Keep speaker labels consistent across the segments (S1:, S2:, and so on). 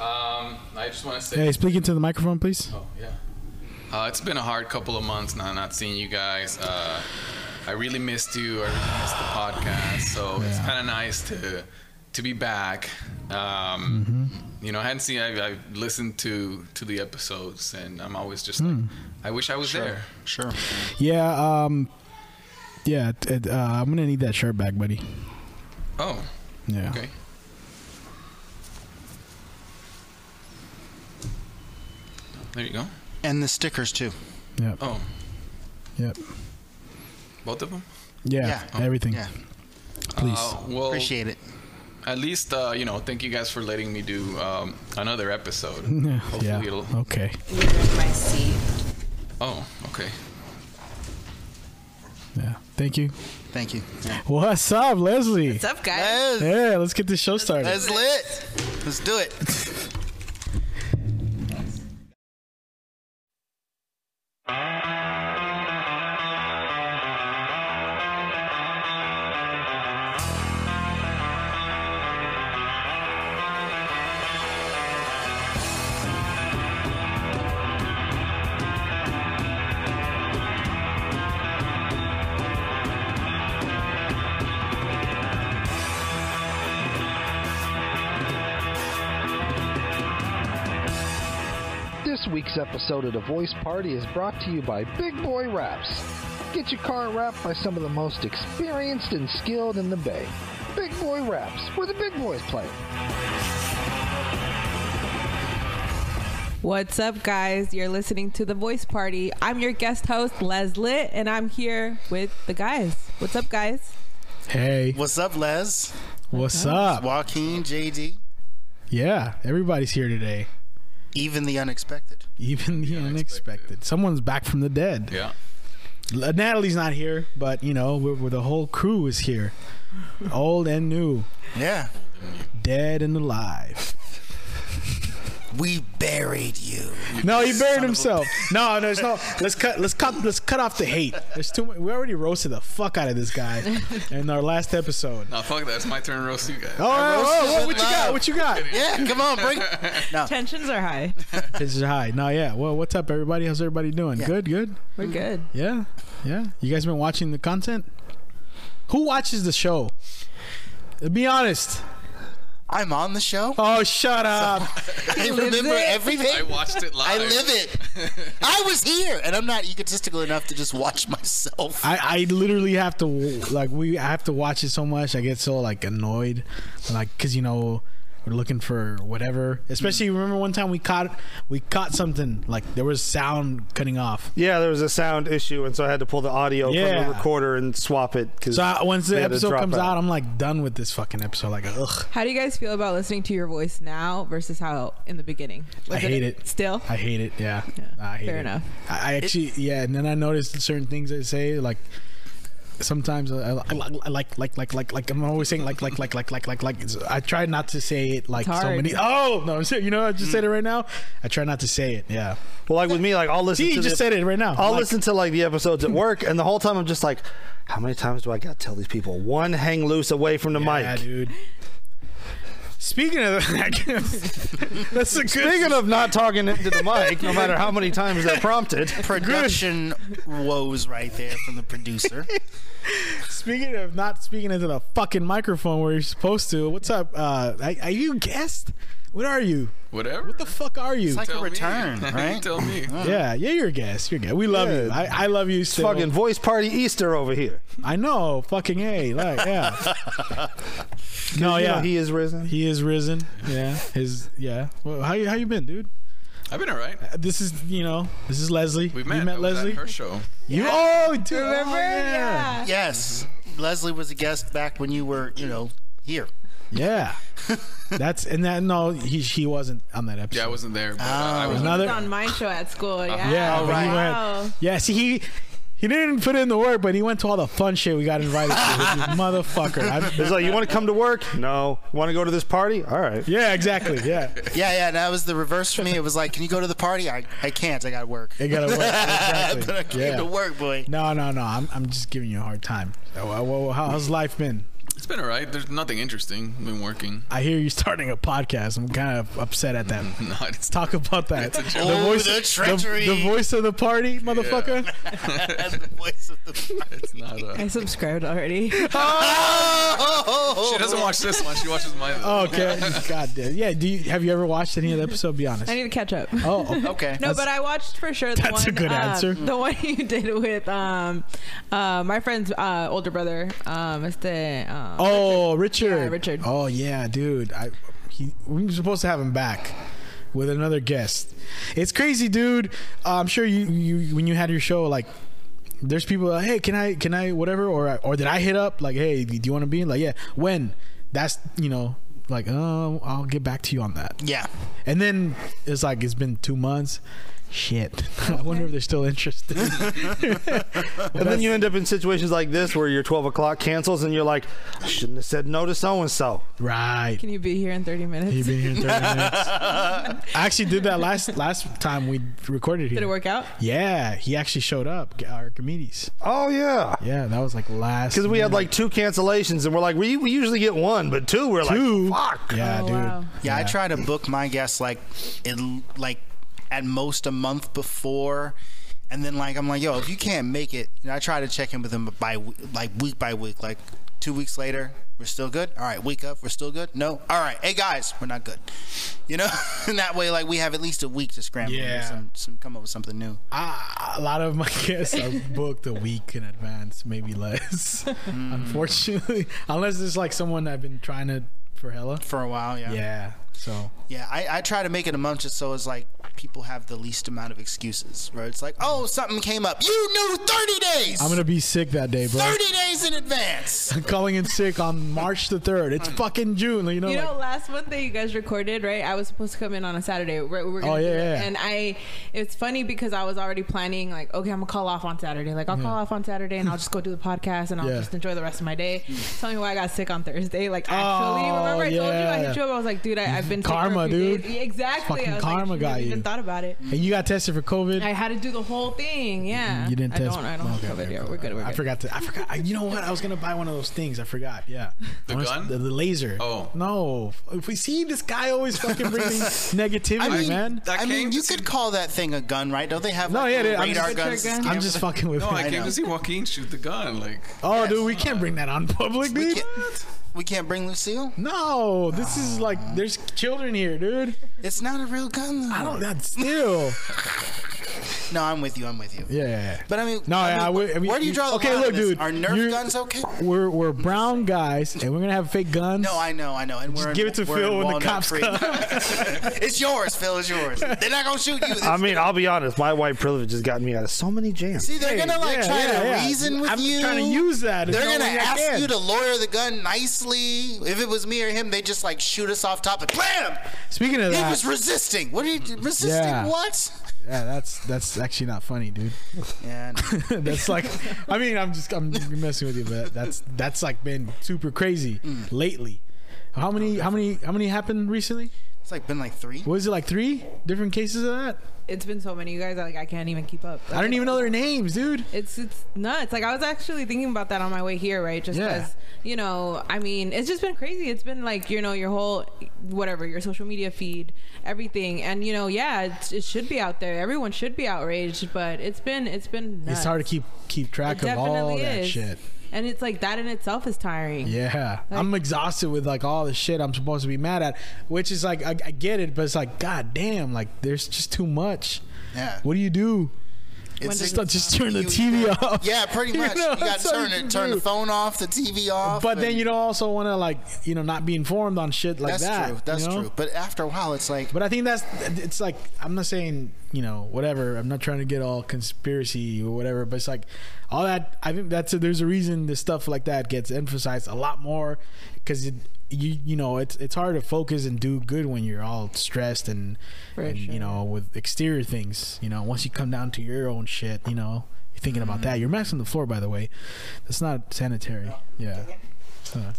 S1: Um, I just want to say,
S2: Hey, speak into the microphone, please.
S1: oh yeah, uh, it's been a hard couple of months now, not seeing you guys. Uh, I really missed you. I really missed the podcast. So it's
S2: Yeah.
S1: kind of nice to to be back. Um,
S2: Mm-hmm.
S1: You know, I hadn't seen. I, I listened to to the episodes, and I'm always just
S2: Hmm.
S1: like, I wish I was there.
S3: Sure.
S2: Yeah. Um. Yeah. it- it, uh, I'm gonna need that shirt back, buddy.
S1: Oh,
S2: Yeah.
S1: okay. There you go.
S3: And the stickers too.
S2: Yep.
S1: Oh,
S2: Yep.
S1: both of them.
S2: Yeah.
S3: Yeah. oh,
S2: Everything.
S3: Yeah.
S2: Please.
S1: Uh, well,
S3: Appreciate it.
S1: at least uh, you know thank you guys for letting me do um, another episode
S2: yeah.
S1: hopefully
S2: yeah.
S1: it'll
S2: Okay.
S4: You're in my seat.
S1: oh okay
S2: Yeah. Thank you.
S3: Thank you. Yeah.
S2: What's up, Leslie?
S4: What's up, guys?
S3: That's,
S2: Yeah. Let's get this show started.
S3: that's lit. Let's do it.
S5: This week's episode of The Voice Party is brought to you by Big Boy Wraps. Get your car wrapped by some of the most experienced and skilled in the Bay. Big Boy Wraps, where the big boys play.
S4: What's up, guys? You're listening to The Voice Party. I'm your guest host, Les Lit, and I'm here with the guys. What's up, guys?
S2: Hey.
S3: What's up, Les?
S2: What's up?
S3: Joaquin, JD,
S2: Yeah. Everybody's here today.
S3: even the unexpected.
S2: Even the unexpected. Someone's back from the dead.
S1: yeah
S2: L- Natalie's not here, but you know, we're, we're the whole crew is here, old and new,
S3: Yeah.
S2: dead and alive.
S3: We buried you.
S2: No, he
S3: son
S2: buried
S3: of a-
S2: himself. No, there's no. Let's cut. Let's cut. Let's cut off the hate. There's too much. We already roasted the fuck out of this guy in our last episode.
S1: now fuck that it's my turn to roast you guys
S2: Oh, oh,
S3: roasted
S2: oh,
S3: with
S2: what you got?
S3: love.
S2: What you got?
S3: Yeah, come on, bring.
S2: Oh.
S3: No,
S4: Tensions are high.
S2: This is high. No, yeah. Well, what's up, everybody? How's everybody doing?
S3: Yeah.
S2: Good, good.
S4: We're good.
S2: Yeah, yeah. You guys been watching the content? Who watches the show? Be honest.
S3: I'm on the show.
S2: Oh, shut up.
S3: I remember
S4: it.
S1: i
S3: everything.
S1: watched it live
S3: I live it. I was here, and I'm not egotistical enough to just watch myself.
S2: I, I literally have to like we I have to watch it so much I get so like annoyed like because you know we're looking for whatever especially remember one time we caught we caught something like there was sound cutting off
S6: Yeah, there was a sound issue, and so I had to pull the audio
S2: Yeah.
S6: from the recorder and swap it. Cause
S2: so I, once the
S6: they had to
S2: episode
S6: drop
S2: comes out. I'm like done with this fucking episode like ugh
S4: How do you guys feel about listening to your voice now versus how in the beginning?
S2: I
S4: Was
S2: hate it
S4: Still?
S2: I hate it yeah,
S4: Yeah,
S2: I hate
S4: fair
S2: it.
S4: enough.
S2: I, I actually yeah and then I noticed certain things I say like sometimes I, I, I like like like like like I'm always saying like like like like like like like It's- I try not to say it like
S4: It's
S2: so
S4: hard.
S2: many oh no I'm saying you know I just said it right now I try not to say it yeah
S6: well, like with me, like I'll listen.
S2: see
S6: to
S2: you
S6: the,
S2: just said it right now
S6: I'll
S2: Like,
S6: listen to like the episodes at work, and the whole time I'm just like, how many times do I got to tell these people one hang loose away from the
S2: yeah
S6: mic?
S2: dude speaking of that that's a good
S6: Speaking of not talking into the mic, no matter how many times they're prompted,
S3: Production woes right there from the producer.
S2: speaking of not speaking into the fucking microphone where you're supposed to what's up uh are, are you a guest what are you
S1: whatever
S2: what the fuck are you
S3: It's like a
S1: Tell me.
S3: return, right?
S1: tell me
S2: yeah, yeah, you're a guest. You're a guest. We love you.
S6: Yeah.
S2: I, I love you.
S6: it's
S2: Still.
S6: fucking voice party Easter over here.
S2: I know, fucking a, like, yeah. no,
S6: You
S2: yeah,
S6: know
S2: he,
S6: he is risen.
S2: is risen. Yeah, his, yeah. Well, how you how you been, dude?
S1: i've been all right
S2: This is, you know, this is Leslie.
S1: we
S2: You
S1: met, I was at
S2: Leslie.
S1: her show
S2: You oh, dude,
S4: Remember?
S2: oh, yeah,
S4: yeah.
S3: Yes, Leslie was a guest back when you were, you know, here.
S2: yeah. That's and that no, he he wasn't on that episode.
S1: yeah i wasn't there but uh,
S2: Oh.
S1: i was
S4: He was
S2: Another,
S4: on my show at school. Yeah.
S2: Uh-huh. yeah, but he
S4: Wow.
S2: went- yeah. See, he he didn't put in the work, but he went to all the fun shit we got invited to. You motherfucker. I,
S6: It's like you want to come to work? No. Want to go to this party? All right.
S2: yeah, exactly. Yeah.
S3: Yeah, yeah, that was the reverse for me. It was like, can you go to the party? I, I can't. I got work.
S2: It gotta work. Exactly.
S3: but I came
S2: yeah.
S3: to work, boy.
S2: Uh, No, no, no. I'm, I'm just giving you a hard time. Oh, well, well, how- how's life been?
S1: it's been all right. There's nothing interesting. I've been working.
S2: I hear you starting a podcast. I'm kind of upset at that.
S1: No, it's
S2: Talk about that.
S1: It's a
S2: The
S1: joke.
S3: Oh,
S2: voice,
S3: the
S2: the-
S3: treachery.
S2: the voice of the party, motherfucker.
S3: As the voice of the.
S1: It's not. uh, A,
S4: I subscribed already.
S1: she
S3: Oh.
S1: doesn't watch this one. She watches mine.
S2: Oh, okay. God damn. Yeah. Do you have you ever watched any of the episode? Be honest.
S4: I need to catch up.
S2: Oh, okay.
S3: Okay.
S4: No, but I watched for sure. The
S2: That's a
S4: one,
S2: good
S4: um,
S2: answer.
S4: The one you did with um, uh, my friend's uh, older brother, um, este, um,
S2: Oh, Richard.
S4: Yeah, Richard.
S2: Oh yeah, dude. I he we were supposed to have him back with another guest. It's crazy, dude. Uh, I'm sure you you when you had your show like there's people like, "Hey, can I can I whatever or or did I hit up like, "Hey, do you want to be?" in?" Like, "Yeah, when?" That's, you know, like, "Oh, I'll get back to you on that."
S3: yeah.
S2: And then it's like it's been 2 months. Shit. I wonder if they're still interested.
S6: And then you end up in situations like this where your 12 o'clock cancels and you're like, I shouldn't have said no to so and so.
S2: right.
S4: Can you be here in 30 minutes?
S2: You've been here 30 minutes. I actually did that last last time we recorded here.
S4: Did it work out?
S2: Yeah, he actually showed up, our comedies.
S6: Oh, yeah.
S2: Yeah, that was like last.
S6: Because we had
S2: minute.
S6: like two cancellations and we're like, we, we usually get one, but two, we're
S2: Two.
S6: like, fuck.
S2: Yeah,
S4: Oh,
S2: dude.
S4: wow.
S3: Yeah, I try to book my guests like, in, like at most a month before, and then like I'm like, yo, if you can't make it, you know, I try to check in with them by w- like week by week, like two weeks later, we're still good. All right, week up, we're still good. No, all right, hey guys, we're not good. You know, and that way like we have at least a week to scramble, and
S2: Yeah.
S3: some, some come up with something new.
S2: I, a lot of my guests are booked a week in advance, maybe less.
S4: Hmm.
S2: Unfortunately, unless it's like someone I've been trying to for hella.
S3: For a while,
S2: Yeah. So
S3: Yeah, I, I try to make it a month just so it's like people have the least amount of excuses. Where it's like, oh, something came up. You knew 30 days!
S2: I'm gonna be sick that day, bro.
S3: 30 days in advance!
S2: I'm calling in sick on March the third. It's fucking June, you know.
S4: You
S2: like-
S4: know, last month that you guys recorded, right? I was supposed to come in on a Saturday. Right? We were
S2: Oh,
S4: gonna
S2: yeah,
S4: do that.
S2: yeah.
S4: And I, it's funny because I was already planning, like, okay, I'm gonna call off on Saturday. Like, I'll call off on Saturday and I'll just go do the podcast and I'll
S2: Mm-hmm. Yeah.
S4: just enjoy the rest of my day. Tell me why I got sick on Thursday. Like, actually,
S2: Oh,
S4: remember I told you I
S2: yeah.
S4: hit you up? I was like, dude, I, I've been
S2: Karma,
S4: sick for a few
S2: dude.
S4: Days. Yeah, Exactly.
S2: Fucking
S4: I was
S2: karma
S4: like,
S2: got
S4: I
S2: you.
S4: Even thought about it.
S2: and you got tested for COVID.
S4: I had to do the whole thing. Yeah.
S2: You didn't
S4: I
S2: test.
S4: Don't, I don't have
S2: okay,
S4: COVID.
S2: okay,
S4: Yeah,
S2: cool.
S4: we're good. We're good.
S2: I forgot to. I forgot. I, you know what? I was gonna buy one of those things. I forgot. Yeah.
S1: The
S2: I wanna-
S1: gun?
S2: The, the laser.
S1: Oh.
S2: no! If we see this guy always fucking bringing negativity,
S3: I mean,
S2: man.
S1: That
S3: I mean,
S1: came
S3: you
S1: to
S3: could
S1: see-
S3: call that thing a gun, right? Don't they have
S2: No,
S3: like,
S2: yeah,
S3: little
S2: yeah, I'm
S3: radar
S4: just-
S3: guns?
S4: Radar gun.
S2: I'm just fucking with
S1: No,
S2: him.
S1: I came
S3: know.
S1: to see Joaquin shoot the gun. Like,
S2: oh, dude, we can't bring that on public,
S3: We
S2: dude.
S3: can't, we can't bring Lucille?
S2: No, this is like there's children here, dude.
S3: It's not a real gun, though.
S2: I don't. That's still.
S3: No, I'm with you. I'm with you.
S2: Yeah, yeah. yeah.
S3: But I mean,
S2: No,
S3: I mean,
S2: yeah, we- I mean,
S3: where do you draw the
S2: okay,
S3: line? on
S2: look,
S3: this?
S2: dude,
S3: Are Nerf
S2: you're-
S3: guns okay?
S2: We're we're brown guys, and we're gonna have fake guns.
S3: No, I know, I know. And we're in-
S2: give it to
S3: we're in
S2: Phil when the
S3: Walnut
S2: cops
S3: Creek.
S2: come.
S3: it's yours, Phil. It's yours. They're not gonna shoot you.
S6: I mean, I'll be honest, my white privilege has gotten me out of so many jams.
S3: See, they're gonna like
S2: Yeah,
S3: try
S2: yeah,
S3: to
S2: yeah.
S3: reason with
S2: I'm
S3: you.
S2: trying to use that.
S3: They're
S2: There's no
S3: gonna
S2: way I
S3: ask
S2: can.
S3: you to lawyer the gun nicely. If it was me or him, they just like shoot us off topic. Blam!
S2: Speaking of
S3: He
S2: that,
S3: was resisting. What are you resisting?
S2: Yeah.
S3: What?
S2: yeah, that's that's actually not funny, dude.
S3: Yeah. I know.
S2: that's like I mean I'm just I'm messing with you but that's that's like been super crazy
S3: Mm.
S2: lately how many how many how many happened recently
S3: It's like been like three.
S2: was it like three different cases of that
S4: It's been so many. You guys, like, I can't even keep up.
S2: I don't even know their names dude
S4: It's it's nuts. Like I was actually thinking about that on my way here, right? Just
S2: Yeah.
S4: because you know, I mean, it's just been crazy. It's been like you know your whole whatever your social media feed, everything, and you know, yeah, it's, it should be out there. Everyone should be outraged, but it's been it's been nuts.
S2: it's hard to keep keep
S4: It
S2: track of all
S4: definitely
S2: that
S4: is.
S2: shit
S4: and it's like that in itself is tiring.
S2: yeah I'm exhausted with like all the shit I'm supposed to be mad at which is like I, I get it but it's like god damn like there's just too much
S3: Yeah.
S2: what do you do
S3: It's
S2: just,
S3: like-
S2: just turn the
S3: you-
S2: TV off
S3: Yeah, pretty
S2: You
S3: much. You,
S2: know,
S3: got
S2: that's
S3: to
S2: all you
S3: turn
S2: can
S3: it, turn
S2: do.
S3: the phone off, the TV off.
S2: But then
S3: and-
S2: you don't also want to like you know not be informed on shit like
S3: That's
S2: that.
S3: true. That's
S2: you know?
S3: true. But after a while, it's like.
S2: But I think that's it's like I'm not saying you know whatever. I'm not trying to get all conspiracy or whatever. But it's like all that. I think that's a, there's a reason this stuff like that gets emphasized a lot more because it. You, you know it's it's hard to focus and do good when you're all stressed and,
S4: For
S2: and
S4: sure.
S2: you know with exterior things you know once you come down to your own shit you know you're
S3: Mm-hmm. Oh,
S2: thinking about that you're maxing the floor by the way that's not sanitary yeah Uh,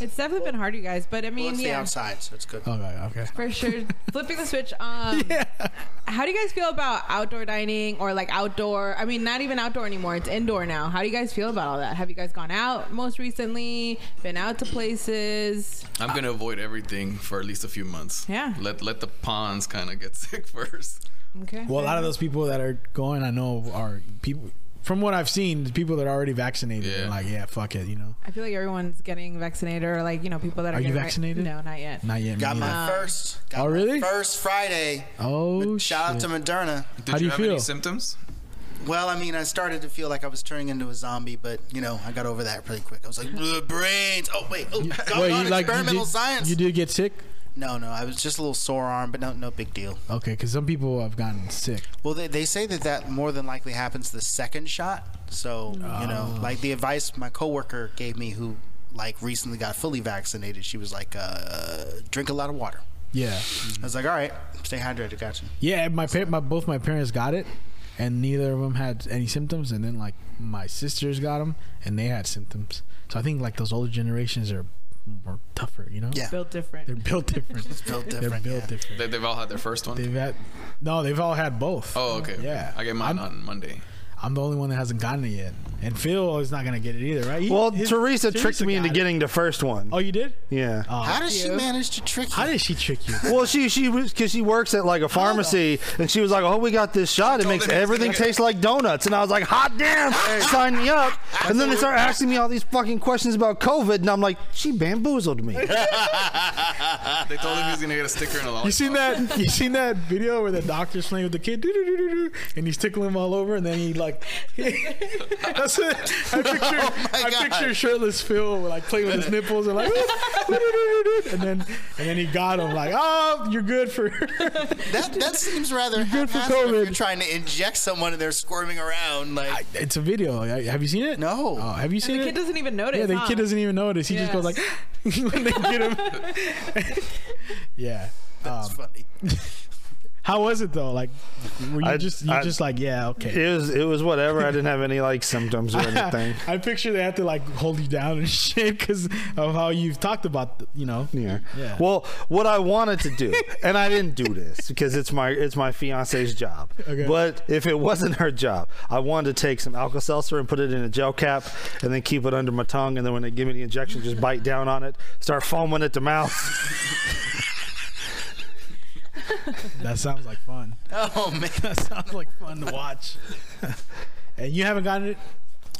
S4: It's definitely been hard, you guys. But I mean,
S3: Well, it's the
S4: yeah,
S3: outside, so it's good.
S2: Okay, okay.
S4: for sure. Flipping the switch. Um, How do you guys feel about outdoor dining or like outdoor? I mean, not even outdoor anymore. It's indoor now. How do you guys feel about all that? Have you guys gone out most recently? Been out to places?
S1: I'm gonna avoid everything for at least a few months.
S4: Yeah.
S1: Let let the pawns kind of get sick first.
S4: Okay.
S2: Well, a lot of those people that are going, I know, are people. From what I've seen, the people that are already vaccinated,
S1: Yeah.
S2: are like, yeah, fuck it, you know,
S4: I feel like everyone's getting vaccinated, or like you know, people that are.
S2: Are you
S4: getting vac-
S2: vaccinated?
S4: no, not yet.
S2: not yet. me
S3: Got
S2: neither.
S3: my first. Got
S2: Oh,
S3: my
S2: really?
S3: First Friday.
S2: Oh,
S3: Shout
S2: shit.
S3: out to Moderna.
S1: Did
S2: How do you
S1: have
S2: feel?
S1: any symptoms?
S3: Well, I mean, I started to feel like I was turning into a zombie, but you know, I got over that pretty quick. I was like, "Ugh, brains. Oh wait, oh, God,
S2: Wait, you,
S3: on,
S2: like, you
S3: experimental
S2: did,
S3: science.
S2: You did get sick,
S3: No, no, I was just a little sore arm, but no, no big deal.
S2: okay? Because some people have gotten sick.
S3: Well, they, they say that that more than likely happens the second shot. So you know,
S2: Oh.
S3: like the advice my coworker gave me, who like recently got fully vaccinated, she was like, uh, drink a lot of water.
S2: Yeah,
S3: I was like, all right, stay hydrated, gotcha.
S2: yeah. My, par- my both my parents got it, and neither of them had any symptoms. And then like my sisters got them, and they had symptoms. So I think like those older generations are more tougher, you know?
S3: Yeah,
S4: Built different.
S2: they're built different.
S3: built
S2: they're
S3: different.
S2: built
S3: yeah.
S2: different.
S1: They, they've all had their first one.
S2: They've had no, they've all had both.
S1: oh, okay. okay.
S2: Yeah.
S1: I get mine
S2: I'm-
S1: on Monday.
S2: I'm the only one that hasn't gotten it yet, and Phil is not gonna get it either, right? He-
S6: Well,
S2: his-
S6: Teresa tricked me
S2: got
S6: into
S2: it.
S6: getting the first one.
S2: Oh, you did?
S6: yeah.
S3: How does she
S4: you.
S3: manage to trick you?
S2: How did she trick you?
S6: Well, she she was because she works at like a pharmacy, and she was like, "Oh, we got this shot. It
S1: told
S6: makes
S1: them it's
S6: everything
S1: good."
S6: taste like donuts." And I was like, "Hot damn! Sign me up!" And then they start asking me all these fucking questions about COVID, and I'm like, "She bamboozled me."
S1: They told him he's gonna get a sticker and a lollipop.
S2: You seen that? You seen that video where the doctor's playing with the kid, doo-doo-doo-doo-doo, and he's tickling him all over, and then he like, that's it. I picture, I
S3: God.
S2: picture shirtless Phil like playing with his nipples and like, doo-doo-doo-doo-doo, and then and then he got him like, oh, you're good for.
S3: That that seems rather
S2: good for
S3: haphazard if
S2: COVID.
S3: You're trying to inject someone and they're squirming around like
S2: it's a video. Have you seen it?
S3: No.
S2: Oh, have you seen
S4: The
S2: it?
S4: kid doesn't even notice.
S2: yeah, the
S4: huh?
S2: kid doesn't even notice. He just
S4: Yeah.
S2: goes like, when they get him. yeah.
S3: that's funny.
S2: How was it though? Like, were you
S6: I-
S2: just you
S6: I-
S2: just like, yeah, okay.
S6: It was it was whatever. I didn't have any like symptoms or anything.
S2: I picture they have to like hold you down and shit because of how you've talked about, you know.
S6: Yeah.
S2: Yeah.
S6: Well, what I wanted to do, and I didn't do this because it's my it's my fiance's job.
S2: Okay.
S6: But if it wasn't her job, I wanted to take some Alka Seltzer and put it in a gel cap, and then keep it under my tongue, and then when they give me the injection, just bite down on it, start foaming at the mouth.
S2: That sounds like fun.
S3: Oh man,
S2: That sounds like fun to watch. and you haven't gotten it?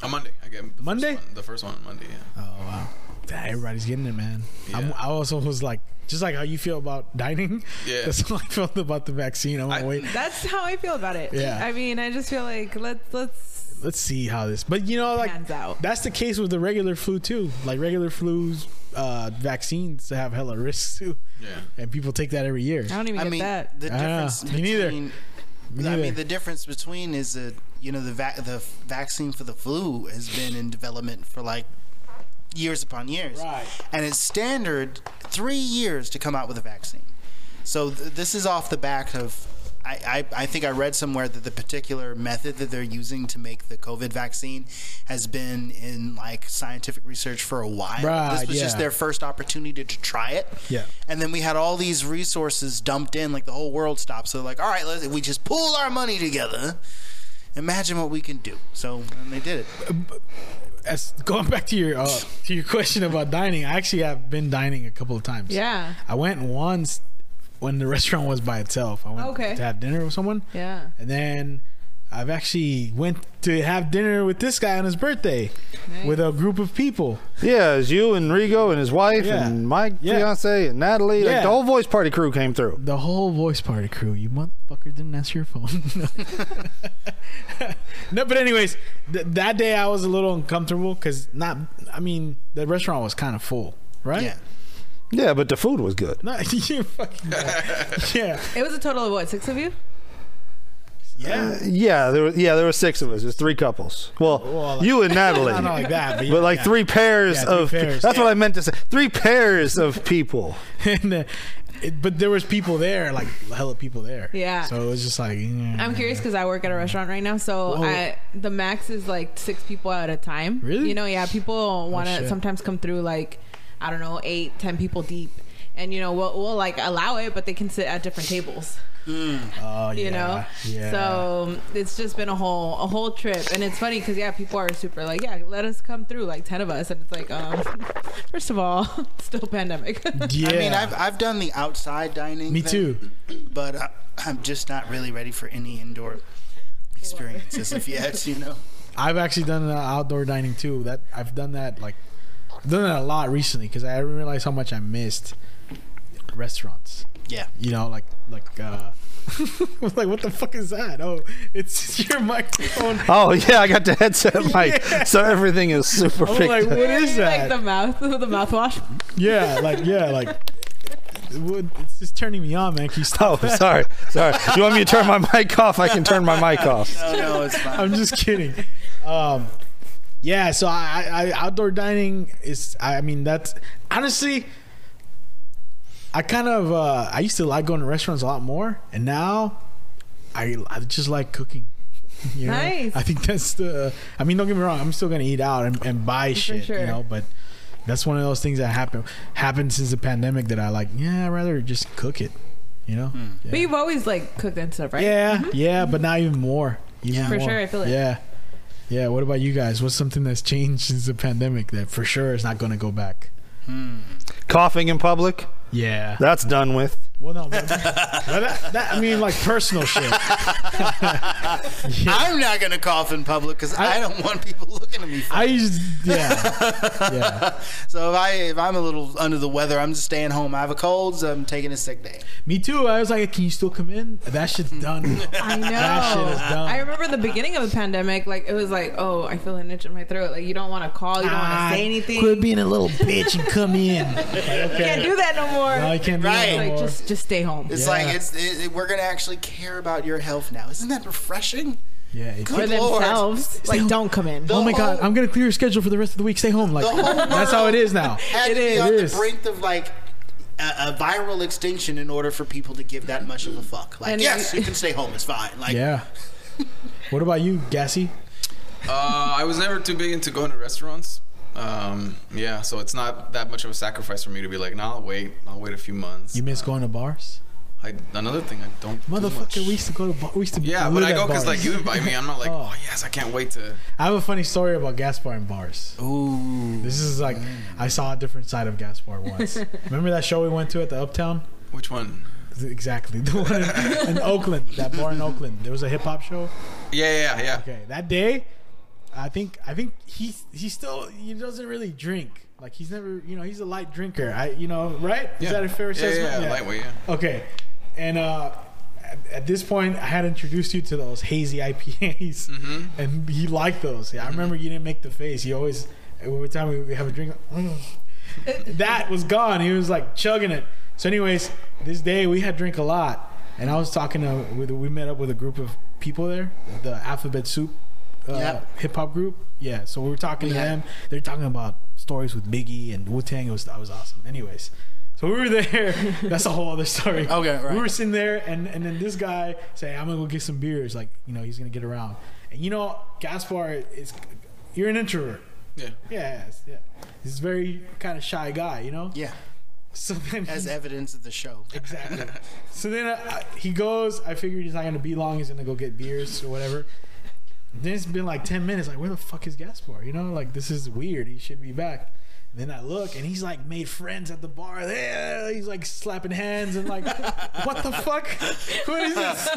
S1: On Monday. I get the first
S2: Monday?
S1: one- the first one on Monday. Yeah.
S2: Oh wow! Damn, everybody's getting it, man. I'm,
S1: Yeah.
S2: I also was like, just like how you feel about dining.
S1: Yeah.
S2: That's how I felt about the vaccine. I'm gonna
S1: I-
S2: wait.
S4: That's how I feel about it.
S2: Yeah.
S4: I mean, I just feel like let's let's
S2: Let's see how this. But you know, like
S4: Pans out.
S2: that's the case with the regular flu too. Like regular flus, uh, vaccines have hella risks too,
S1: Yeah.
S2: and people take that every year.
S4: I don't even
S3: I
S4: get
S3: mean
S4: that.
S3: the
S2: Ah,
S3: difference
S2: me neither.
S3: between.
S2: Me
S3: I
S2: neither.
S3: mean the difference between is that you know the vac- the vaccine for the flu has been in development for like years upon years,
S2: Right.
S3: and it's standard three years to come out with a vaccine. So th- this is off the back of. I, I, I think I read somewhere that the particular method that they're using to make the COVID vaccine has been in like scientific research for a while.
S2: Right,
S3: this was just
S2: yeah.
S3: their first opportunity to try it.
S2: Yeah.
S3: And then we had all these resources dumped in, like the whole world stopped. So like, all right, let's, we just pool our money together. Imagine what we can do. So and they did it.
S2: as going back to your uh, to your question about dining, I actually have been dining a couple of times.
S4: Yeah.
S2: I went once when the restaurant was by itself. I went
S4: Okay.
S2: to have dinner with someone.
S4: Yeah.
S2: And then I've actually went to have dinner with this guy on his birthday
S4: Nice.
S2: with a group of people.
S6: yeah, it was you and Rigo and his wife
S2: Yeah.
S6: and my
S2: Yeah.
S6: fiance and Natalie. Like,
S2: Yeah.
S6: the whole voice party crew came through.
S2: The whole voice party crew. You motherfucker didn't answer your phone. no, but anyways, th- that day I was a little uncomfortable because not. I mean, the restaurant was kind of full, right?
S3: Yeah.
S6: Yeah, but the food was good.
S2: No, you fucking yeah,
S4: It was a total of what six of you?
S2: yeah.
S6: Yeah, there were yeah there were six of us. There's three couples. Well,
S2: Well, like-
S6: you and Natalie.
S2: Not like that, but,
S6: But like
S2: yeah.
S6: three pairs
S2: Yeah, three
S6: of
S2: pairs.
S6: that's what I meant to say. Three pairs of people.
S2: and, uh, it, but there was people there, like hella people there.
S4: Yeah.
S2: So it was just like
S4: I'm curious because I work at a restaurant right now, so
S2: Whoa.
S4: I, the max is like six people at a time.
S2: Really? Oh,
S4: You know, yeah. People want to
S2: shit.
S4: sometimes come through like I don't know, eight, ten people deep. And you know we'll, we'll like allow it, but they can sit at different tables.
S2: Oh,
S4: You know,
S2: Yeah.
S4: so it's just been a whole a whole trip, and it's funny because yeah, people are super like yeah, let us come through like ten of us, and it's like um, first of all, still pandemic.
S2: yeah.
S3: I mean, I've I've done the outside dining.
S2: me
S3: thing,
S2: too.
S3: But I, I'm just not really ready for any indoor experiences if yet. You know.
S2: I've actually done uh, outdoor dining too. That I've done that like I've done that a lot recently because I realized how much I missed restaurants.
S3: Yeah.
S2: You know, like like uh, like what the fuck is that? Oh, it's your microphone.
S6: Oh yeah, I got the headset mic,
S2: Yeah.
S6: so everything is super
S2: I'm
S6: picked
S2: like,
S6: up.
S2: what is that?
S4: like the mouth, the mouthwash.
S2: yeah, like yeah, like it would- it's just turning me on, man. Can you
S6: Oh,
S2: stop? that?
S6: sorry, sorry. You want me to turn my mic off? I can turn my mic off.
S3: Oh no, it's fine.
S2: I'm just kidding. Um, yeah, so I, I I- outdoor dining is. I mean, that's honestly. I kind of uh, I used to like going to restaurants a lot more, and now I I just like cooking. You know?
S4: Nice.
S2: I think that's the. I mean, don't get me wrong. I'm still gonna eat out and, and buy shit,
S4: sure.
S2: you know. But that's one of those things that happen happened since the pandemic that I like. Yeah, I'd rather just cook it, you know. Yeah.
S4: But you've always like cooked and stuff, right?
S2: Yeah, yeah, but now even more. Even
S4: For
S2: more.
S4: sure, I feel it.
S2: Yeah. Yeah, what about you guys? What's something that's changed since the pandemic that for sure is not going to go back?
S6: Coughing in public,
S2: Yeah.
S6: that's done with.
S2: well, no. But, but that, that- I mean, like personal shit.
S3: I'm not gonna cough in public because I,
S2: I-
S3: don't want people looking at me.
S2: I used, yeah. Yeah.
S3: So if I if I'm a little under the weather, I'm just staying home. I have a cold, so I'm taking a sick day.
S2: Me too. I was like, can you still come in? That shit's done.
S4: I know.
S2: That shit is dumb.
S4: I remember the beginning of the pandemic, like it was like, oh, I feel an itch in my throat. Like you don't want to call, you don't want
S2: Ah,
S4: to say anything.
S2: Quit being a little bitch and come in. Like, okay.
S4: you can't do that no more.
S2: No, you can't do
S3: Right.
S2: that no
S4: like
S2: more.
S4: just just stay home.
S3: It's
S2: Yeah.
S3: like it's it, it- we're gonna actually care about your health now. Isn't that refreshing?
S2: yeah. it's-
S4: For
S3: Good Lord.
S4: themselves, like don't come in.
S2: oh my God.
S3: whole-
S2: I'm going to clear your schedule for the rest of the week. Stay home. Like,
S3: The whole
S2: that's how it is now.
S3: Oh, Had
S4: It
S3: to be
S4: is.
S3: on
S2: It
S3: the
S2: is.
S3: brink of like a, a viral extinction in order for people to give that much of a fuck. Like
S4: And
S3: yes,
S4: you-
S3: you can stay home. It's fine. Like
S2: Yeah. What about you, Gassy?
S1: Uh, I was never too big into going to restaurants. Um, yeah, so it's not that much of a sacrifice for me to be like, no, I'll wait. I'll wait a few months.
S2: You miss going to bars?
S1: I, another thing, I don't. do much.
S2: Motherfucker, we used to go to bar. We used to
S1: Yeah,
S2: live
S1: but I
S2: at
S1: go because like
S2: bars.
S1: you invite me. I'm not like,
S2: Oh.
S1: oh yes, I can't wait to.
S2: I have a funny story about Gaspar and bars.
S3: ooh,
S2: This is like I saw a different side of Gaspar once. Remember that show we went to at the Uptown?
S1: Which one?
S2: Exactly the one in, in Oakland. That bar in Oakland. There was a hip hop show.
S1: Yeah, yeah, yeah, yeah.
S2: Okay, that day, I think I think he he still he doesn't really drink. Like he's never you know he's a light drinker. I you know right?
S1: Yeah.
S2: Is that a fair
S1: Yeah,
S2: assessment?
S1: yeah, lightweight, yeah.
S2: Okay, and uh, at, at this point, I had introduced you to those hazy IPAs, and he liked those. Yeah, I remember you didn't make the face. You always every time we- we have a drink, "Oh, like, "Mm." that was gone. He was like chugging it. So, anyways, this day we had drink a lot, and I was talking to with we met up with a group of people there, the Alphabet Soup uh,
S3: Yep.
S2: hip hop group. Yeah, so we were talking to
S3: Yeah.
S2: them. They're talking about stories with Biggie and Wu Tang. It was that was awesome. Anyways, so we were there. That's a whole other story.
S3: Okay, right.
S2: We were sitting there, and and then this guy say, "I'm gonna go get some beers." Like you know, he's gonna get around. And you know, Gaspar is you're an introvert.
S1: yeah.
S2: Yeah, yes, yeah. He's a very kind of shy guy, you know.
S3: yeah.
S2: So then
S3: As evidence of the show.
S2: Exactly. so then I, I- he goes. I figured he's not gonna be long. He's gonna go get beers or whatever. Then it's been like ten minutes. Like, where the fuck is Gaspar? You know, like this is weird. He should be back. And then I look, and he's like made friends at the bar. There, he's like slapping hands and like, what the fuck? What is this?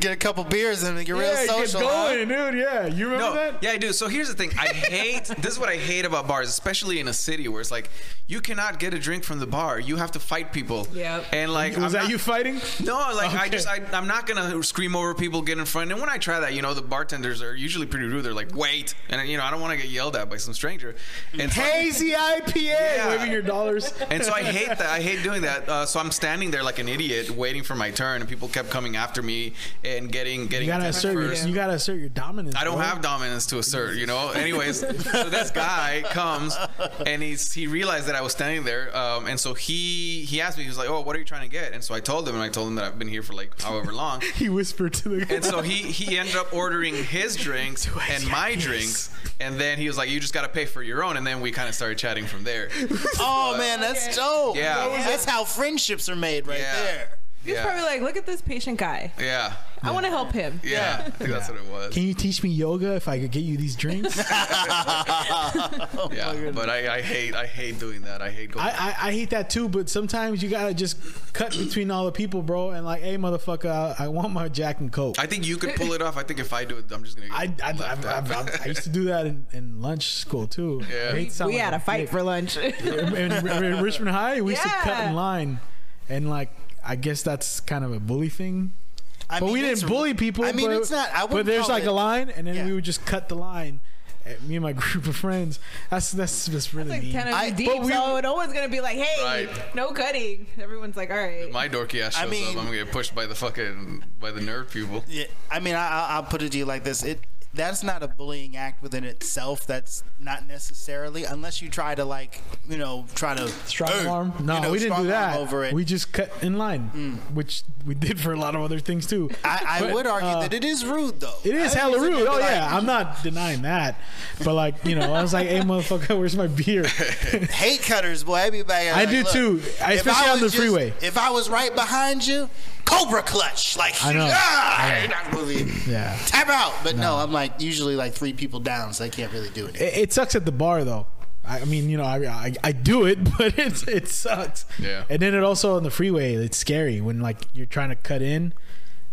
S3: Get a couple beers and get real
S2: yeah, get
S3: social. huh?
S2: going, dude. Yeah, you remember
S1: No,
S2: that?
S1: yeah, I do. So here's the thing. I hate this is what I hate about bars, especially in a city where it's like you cannot get a drink from the bar. You have to fight people.
S4: Yep.
S1: And like
S2: Was
S1: I'm
S2: that
S1: not-
S2: you fighting?
S1: No, like I
S2: Okay.
S1: just I, I'm not gonna scream over people, get in front. And when I try that, you know, the bartenders are usually pretty rude. They're like, "Wait," and you know, I don't want to get yelled at by some stranger. And so-
S2: Hazy IPA,
S1: Yeah.
S2: waving your dollars.
S1: and so I hate that. I hate doing that. Uh, so I'm standing there like an idiot, waiting for my turn, and people kept coming after me and getting getting.
S2: You gotta
S1: attention
S2: assert your,
S1: first.
S2: you gotta assert your dominance.
S1: I don't
S2: bro.
S1: have dominance to assert, you know. Anyways, so this guy comes and he's he realized that I was standing there, um, and so he he asked me, he was like, "Oh, what are you trying to get?" And so I told him, and I told him that I've been here for like however long,
S2: He whispered to the guy.
S1: and so he he ended up ordering his drinks and my drinks, and then he was like, "You just got to pay for your own," and then we kind of started chatting from there.
S3: Oh man, that's dope.
S1: Yeah. Yeah.
S3: that's how friendships are made right
S1: Yeah.
S3: there.
S4: He's
S1: Yeah.
S4: probably like, look at this patient guy.
S1: yeah.
S4: I want to help him.
S1: Yeah. I think that's what it was.
S2: Can you teach me yoga if I could get you these drinks?
S1: yeah. But I, I hate I hate doing that. Oh I hate going.
S2: I, I, I hate that too, but sometimes you gotta just cut between all the people, bro, and like, hey, motherfucker, I, I want my Jack and Coke.
S1: I think you could pull it off. I think if I do it, I'm just gonna. Get
S2: I, I, I,
S1: laughed
S2: I,
S1: at.
S2: I, I used to do that in, in lunch school too.
S1: Yeah.
S2: I hate to sound
S4: We
S2: like
S4: had a fight
S2: dick.
S4: for lunch.
S2: in, in- in Richmond High. We used to cut
S4: Yeah.
S2: in line, and like, I guess that's kind of a bully thing.
S3: I
S2: But
S3: mean,
S2: we
S3: it's-
S2: didn't bully people.
S3: I mean,
S2: but,
S3: it's not. I
S2: but
S3: wouldn't
S2: there's
S3: call
S2: like
S3: it-
S2: a line, and then
S3: Yeah.
S2: we would just cut the line. eh, Me and my group of friends. That's that's that's really
S4: Like
S2: mean.
S4: ten of
S3: I-
S4: you deep,
S2: but we-
S4: so no one's gonna be like, "Hey,
S1: Right.
S4: no cutting." Everyone's like, "All right."
S1: My dorky ass
S3: I
S1: shows
S3: mean-
S1: up. I'm gonna get pushed by the fucking by the nerd people.
S3: Yeah, I mean, I, I- I'll put it to you like this: it that's not a bullying act within itself. That's not necessarily unless you try to like, you know, try to
S2: Strong
S3: Hey,
S2: arm?
S3: you
S2: No,
S3: know,
S2: we didn't
S3: strong
S2: do
S3: arm
S2: that.
S3: Over it. Hmm.
S2: We just cut in line, which we did for a lot of other things too.
S3: I, I
S2: But,
S3: would argue
S2: uh,
S3: that it is rude, though.
S2: It is
S3: I
S2: hella
S3: think it's a
S2: rude.
S3: good,
S2: Oh
S3: like,
S2: yeah, I'm not denying that. But like, you know, I was like, "Hey, motherfucker, where's my beer?"
S3: hate cutters, boy. I be back.
S2: I
S3: like,
S2: do
S3: look,
S2: too, I-
S3: if
S2: especially
S3: I
S2: on
S3: was
S2: the freeway.
S3: If I was right behind you, cobra clutch, like
S2: I know.
S3: ah, you're not moving.
S2: Yeah.
S3: Tap out, but no. I'm like usually like three people down, so I can't really do anything.
S2: It, it sucks at the bar though. I I mean, you know, I, I I do it, but it's it sucks.
S1: Yeah.
S2: And then it also on the freeway, it's scary when like you're trying to cut in.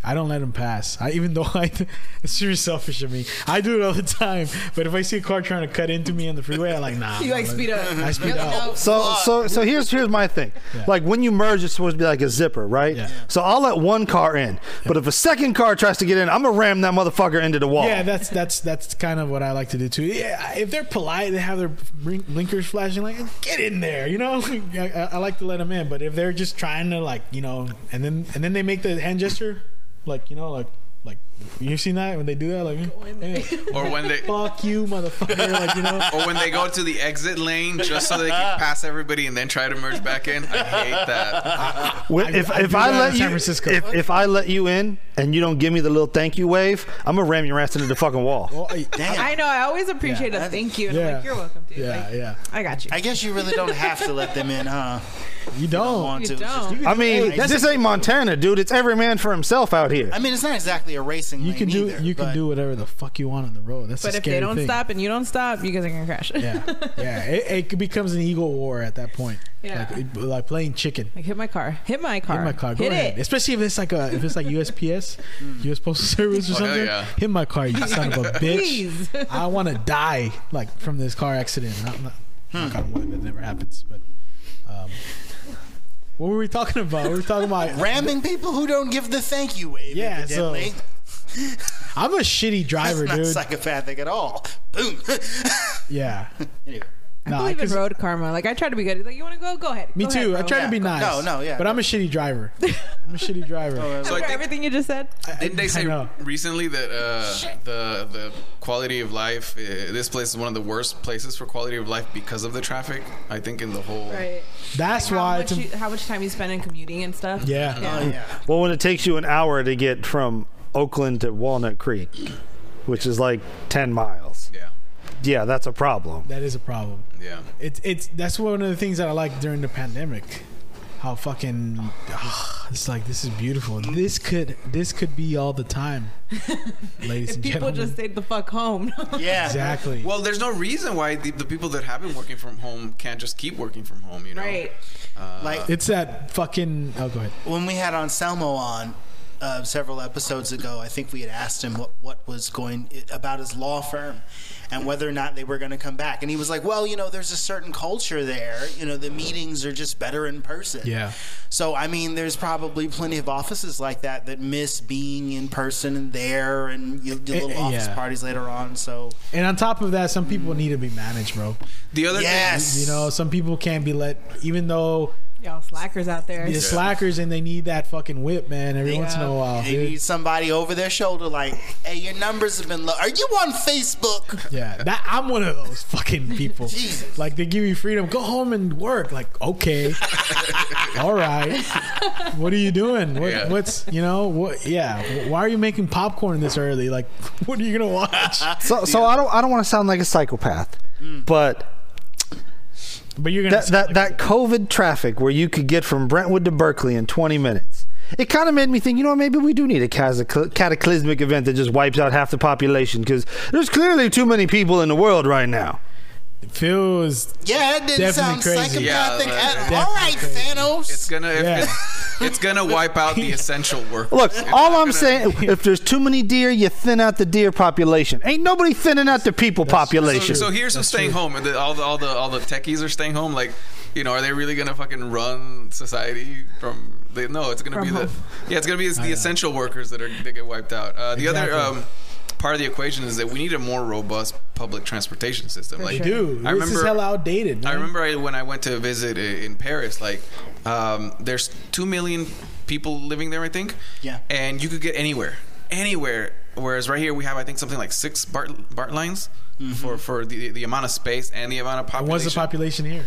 S2: I don't let them pass. I even though I, it's really selfish of me. I do it all the time. But if I see a car trying to cut into me on the freeway, I'm like, nah.
S4: You like
S2: I'm
S4: speed up.
S2: I speed
S4: You're like,
S2: up.
S4: "Oh,
S6: So so so here's here's my thing. Like when you merge, it's supposed to be like a zipper, right?
S2: Yeah.
S6: So I'll let one car in, but if a second car tries to get in, I'm gonna ram that motherfucker into the wall.
S2: Yeah, that's that's that's kind of what I like to do too. Yeah, if they're polite, they have their blink- blinkers flashing, like get in there, you know. I, I- I like to let them in, but if they're just trying to like, you know, and then and then they make the hand gesture, like you know, like like you seen that when they do that, like eh,
S1: Or when they
S2: fuck you, motherfucker, like you know.
S1: or when they go to the exit lane just so they can pass everybody and then try to merge back in. I hate that.
S6: Well,
S2: I-
S6: if
S2: I
S6: if
S2: do
S6: I
S2: that in
S6: let
S2: San
S6: you,
S2: Francisco.
S6: if if I let you in and you don't give me the little thank you wave, I'm gonna ram your ass into the fucking wall.
S2: Oh, I-
S4: I know. I always appreciate a thank you. And I'm
S2: Yeah.
S4: like, "You're welcome, dude."
S2: yeah,
S4: Like,
S2: yeah.
S4: I got you.
S3: I guess you really don't have to let them in, huh?
S2: You don't.
S3: Want to?
S4: you don't.
S6: I mean,
S3: that's-
S6: this ain't Montana, dude. It's every man for himself out here.
S3: I mean, it's not exactly a racing.
S2: You
S3: lane
S2: can do
S3: either,
S2: you can
S3: but-
S2: do whatever the fuck you want on the road. That's
S4: but
S2: a
S4: if
S2: scary
S4: they don't
S2: thing.
S4: stop and you don't stop, you guys are gonna crash.
S2: Yeah, yeah. It, it becomes an ego war at that point.
S4: Yeah.
S2: Like, it- like playing chicken.
S4: Like hit my car. Hit my car.
S2: Hit my car. Go
S4: Hit
S2: ahead.
S4: it.
S2: Especially if it's like a if it's like USPS, U.S. Postal Service or
S1: Oh, hell
S2: something.
S1: yeah.
S2: Hit my car, you son of a
S4: Please.
S2: bitch! I want to die like from this car accident. Not, not,
S3: Hmm.
S2: knock on wood, that never happens. But um, what were we talking about? We were talking about
S3: ramming people who don't give the thank you wave.
S2: Yeah, so-
S3: evidently.
S2: I'm a shitty
S3: that's
S2: driver,
S3: not
S2: dude.
S3: psychopathic at all. Boom.
S2: yeah.
S3: anyway,
S4: I
S2: No,
S4: believe in
S2: 'cause-
S4: road karma. Like I try to be good. Like you want to go, go ahead.
S2: me
S4: Go
S2: too.
S4: ahead,
S2: I
S4: bro.
S2: try to
S3: Yeah,
S2: be
S3: go-
S2: nice.
S3: no, no, yeah. Oh,
S2: But I'm a shitty driver. I'm a shitty driver.
S1: So I
S4: After
S1: think
S4: everything you just said.
S1: Didn't they say
S2: I know.
S1: recently that uh, the the quality of life? Uh, this place is one of the worst places for quality of life because of the traffic. I think in the whole.
S4: Right.
S2: That's
S4: how
S2: why.
S4: much
S2: It's,
S4: you, how much time you spend in commuting and stuff.
S2: yeah.
S3: oh yeah.
S6: Well, when it takes you an hour to get from Oakland to Walnut Creek, which is like 10 miles,
S1: Yeah.
S6: yeah, that's a problem.
S2: That is a problem.
S1: Yeah.
S2: It's it's that's one of the things that I like during the pandemic. How fucking ah, it's like this is beautiful. This could this could be all the time, ladies
S4: If
S2: and
S4: people
S2: gentlemen.
S4: just stayed the fuck home.
S3: Yeah.
S2: exactly.
S1: Well, there's no reason why the, the people that have been working from home can't just keep working from home. You know.
S4: right.
S3: Like
S2: It's that fucking. Oh, go ahead.
S3: when we had Anselmo on uh, several episodes ago, I think we had asked him what, what was going about his law firm and whether or not they were going to come back. And he was like, well, you know, there's a certain culture there. You know, the meetings are just better in person.
S2: Yeah.
S3: So, I mean, there's probably plenty of offices like that that miss being in person and there and your, your
S2: Eh,
S3: little
S2: eh,
S3: office
S2: yeah.
S3: parties later on. So,
S2: And on top of that, some people need to be managed, bro.
S1: The other thing.
S3: yes.
S2: You know, some people can't be let, even though
S4: Y'all slackers out there.
S2: they're slackers and they need that fucking whip, man. Every once in a while,
S3: They
S2: dude.
S3: need somebody over their shoulder, like, "Hey, your numbers have been low. Are you on Facebook?"
S2: Yeah, that I'm one of those fucking people.
S3: Jesus.
S2: Like they give you freedom, go home and work. Like okay, all right. What are you doing? What,
S1: Yeah.
S2: What's you know what? Yeah, wh- why are you making popcorn this early? Like, what are you gonna watch?
S6: Mm. So, so I don't, I don't want to sound like a psychopath, but
S2: But you're gonna
S6: that that, that COVID traffic where you could get from Brentwood to Berkeley in 20 minutes. It kind of made me think, you know, what, maybe we do need a catacly- cataclysmic event that just wipes out half the population because there's clearly too many people in the world right now.
S2: feels
S3: Yeah, that didn't
S2: Definitely
S3: sound
S2: crazy.
S3: psychopathic
S1: Yeah,
S3: at
S1: that-
S3: all. All right,
S1: It's
S3: Thanos.
S1: gonna if
S2: Yeah.
S1: it's, it's gonna wipe out the essential workers.
S6: Look,
S1: It's
S6: all
S1: not
S6: I'm
S1: gonna-
S6: saying, if there's too many deer, you thin out the deer population. Ain't nobody thinning out the people population.
S1: So here's who's staying home, and the, all the all the all the techies are staying home. Like, you know, are they really gonna fucking run society from? They, no, it's gonna
S4: From
S1: be
S4: home.
S1: the yeah, it's gonna be the essential workers that are that get wiped out. Uh, the other
S2: Exactly.
S1: um, part of the equation is that we need a more robust public transportation system. like,
S4: sure.
S2: dude.
S1: I
S2: this is
S1: remember-
S2: hell outdated.
S1: I
S2: man.
S1: remember I, when I went to visit i- in Paris, like um, there's two million people living there, I think.
S3: Yeah.
S1: And you could get anywhere, anywhere. Whereas right here we have, I think, something like six BART, BART lines for, for the, the amount of space and the amount of population.
S2: What's the population here?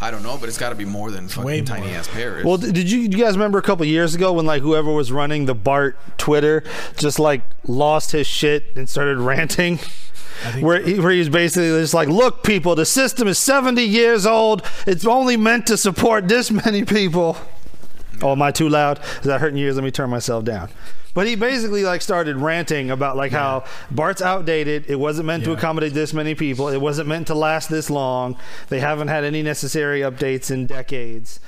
S1: I don't know, but it's got to be more than fucking
S2: Way more.
S1: tiny ass Paris.
S6: Well, d- did you, you guys remember a couple years ago when like whoever was running the Bart Twitter just like lost his shit and started ranting? Where he, where he was basically just like, look, people, the system is 70 years old. It's only meant to support this many people. Oh, am I too loud? Is that hurting your ears? Let me turn myself down. But he basically like started ranting about like how Bart's outdated. It wasn't meant to
S2: Yeah.
S6: accommodate this many people. It wasn't meant to last this long. They haven't had any necessary updates in decades.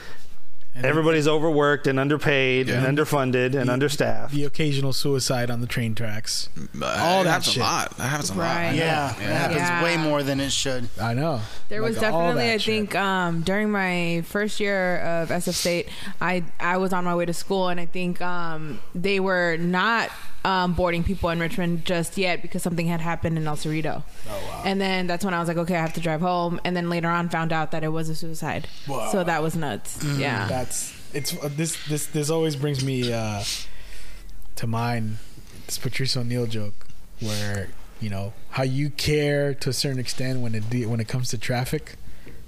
S6: Everybody's overworked and underpaid
S1: Yeah.
S6: and underfunded and understaffed.
S2: The occasional suicide on the train tracks.
S1: But
S2: all
S1: it
S2: that
S1: happens
S2: shit.
S1: a lot. That happens a
S4: Right.
S1: lot.
S3: Yeah, it happens
S4: Yeah.
S3: way more than it should.
S2: I know.
S4: There was
S2: Like, all
S4: definitely,
S2: that
S4: I
S2: shit.
S4: think, um, during my first year of SF State, I I was on my way to school, and I think um, they were not um, boarding people in Richmond just yet because something had happened in El Cerrito. Oh wow! And then that's when I was like, okay, I have to drive home. And then later on, found out that it was a suicide. So that was nuts.
S2: Mm.
S4: Yeah.
S2: that's it's uh, this this this always brings me uh, to mind this Patrice O'Neill joke where you know how you care to a certain extent when it de- when it comes to traffic.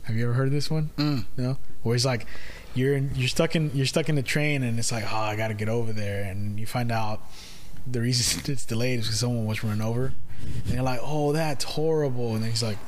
S2: Have you ever heard of this one? Mm. No, where he's like. You're in, you're stuck in you're stuck in the train and it's like oh I gotta get over there and you find out the reason it's delayed is because someone was run over and you're like oh that's horrible and then he's like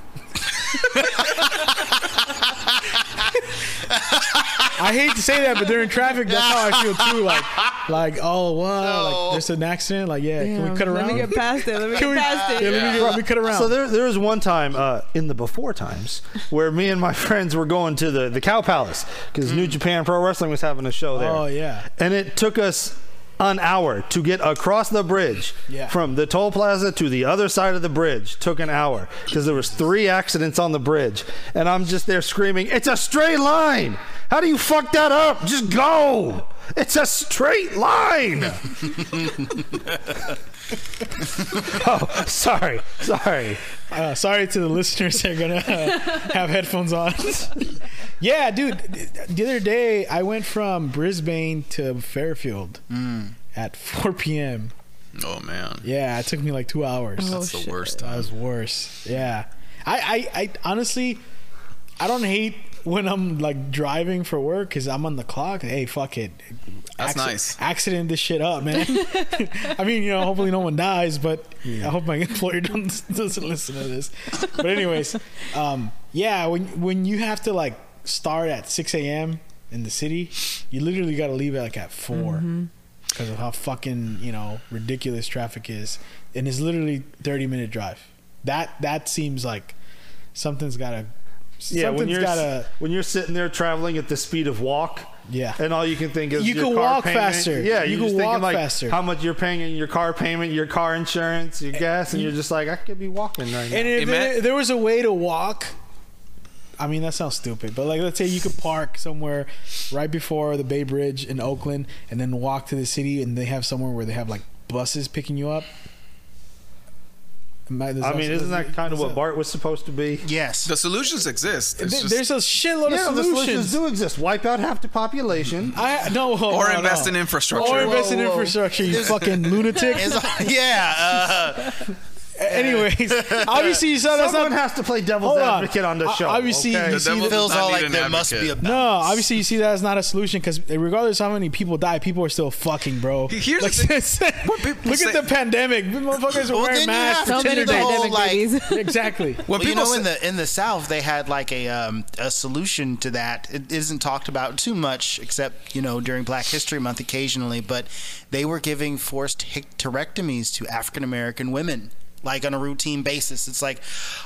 S2: I hate to say that, but during traffic, that's how I feel too. Like, like oh wow, like there's an accident. Like, yeah, can
S4: Damn,
S2: we cut
S4: Let
S2: around?
S4: me get past it. Let me
S2: Can
S4: get
S2: we-
S4: past it.
S2: yeah, let, me get, let me cut around.
S6: So there, there was one time uh, in the before times where me and my friends were going to the, the Cow Palace because New Japan Pro Wrestling was having a show there.
S2: Mm. Oh, yeah.
S6: and it took us an hour to get across the bridge
S2: Yeah.
S6: from the toll plaza to the other side of the bridge. Took an hour because there was three accidents on the bridge, and I'm just there screaming, "It's a straight line! How do you fuck that up? Just go! It's a straight line!" oh, sorry, sorry.
S2: Uh, sorry to the listeners that are gonna uh, have headphones on. yeah, dude. th- The other day, I went from Brisbane to Fairfield
S6: Mm.
S2: at 4 p.m.
S1: Oh man,
S2: Yeah, it took me like two hours.
S1: that's the worst time.
S2: That was worse. Yeah. I, I, I honestly, I don't hate when I'm like driving for work because I'm on the clock. Hey, fuck it.
S1: That's
S2: Acci-
S1: nice.
S2: Accident this shit up, man. I mean, you know, hopefully no one dies, but I hope my employer don't, doesn't listen to this. But anyways, um, yeah, when when you have to like start at 6 a.m. in the city, you literally got to leave at like at 4 because of how fucking you know ridiculous traffic is, and it's literally 30 minute drive. That that seems like something's gotta.
S6: Yeah,
S2: something's
S6: when you're
S2: gotta.
S6: when you're sitting there traveling at the speed of walk.
S2: Yeah.
S6: and all you can think is
S2: You
S6: your
S2: can
S6: car
S2: walk
S6: payment.
S2: faster.
S6: Yeah,
S2: You can
S6: you're just thinking,
S2: walk
S6: like,
S2: faster. Eh,
S6: How much you're paying in your car payment, your car insurance, your gas, and you're just like, I could be walking right now.
S2: And if
S1: Ima-
S2: there, there was a way to walk. I mean, that sounds stupid, but like, let's say you could park somewhere right before the Bay Bridge in Oakland, and then walk to the city, and they have somewhere where they have like buses picking you up. Am
S6: I mean, isn't that kind of what Bart was supposed to be?
S3: Yes.
S1: The solutions exist. It's
S2: Th-
S1: just-
S2: there's a shitload
S6: Yeah,
S2: of
S6: the
S2: solutions.
S6: solutions do exist. Wipe out half the population.
S2: I no, hold
S1: Or
S2: on,
S1: invest
S2: no.
S1: in infrastructure.
S2: Or
S1: Whoa,
S2: invest in
S3: whoa.
S2: infrastructure, you fucking lunatic.
S3: It's- yeah. Uh,
S2: anyways, obviously you saw that's
S6: Someone
S2: not.
S6: has to play devil's
S2: Hold on.
S6: advocate on the
S2: O-
S6: show.
S2: obviously,
S6: okay?
S2: you
S1: The
S2: see
S1: devil
S3: It feels
S1: does not
S3: all
S1: need
S3: like
S1: an
S3: there must be a
S1: advocate.
S2: no,
S3: balance.
S2: obviously you see that as not a solution because regardless of how many people die, people are still fucking, bro.
S1: Here's
S2: Like,
S1: the thing. What people
S2: look
S1: say-
S2: at the pandemic. Motherfuckers are
S3: Well,
S2: wearing
S3: then you
S2: masks.
S3: have to
S2: for
S4: So many
S2: Tinder dates.
S3: whole,
S4: pandemic
S3: like-
S4: babies.
S2: Exactly.
S1: What
S3: Well, you
S1: people
S3: know, in
S1: say-
S3: the in the South, they had like a um, a solution to that. It isn't talked about too much, except you know during Black History Month occasionally. But they were giving forced hysterectomies to African American women, like on a routine basis. It's like,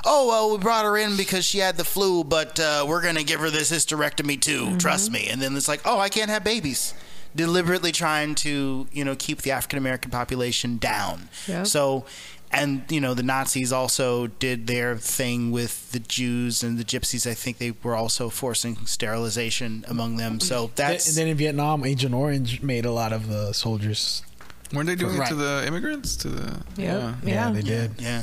S3: oh well, we brought her in because she had the flu, but uh, we're gonna give her this hysterectomy too. Trust me. And then it's like, oh, I can't have babies. Deliberately trying to you know keep the African American population down.
S4: Yep.
S3: So so, and you know, the Nazis also did their thing with the Jews and the Gypsies. I think they were also forcing sterilization among them. So
S2: And
S3: that's
S2: then in Vietnam, Agent Orange made a lot of the soldiers.
S1: Weren't they doing it to
S3: Right.
S1: the immigrants? To the
S4: Yeah.
S2: Yeah, they did.
S3: yeah.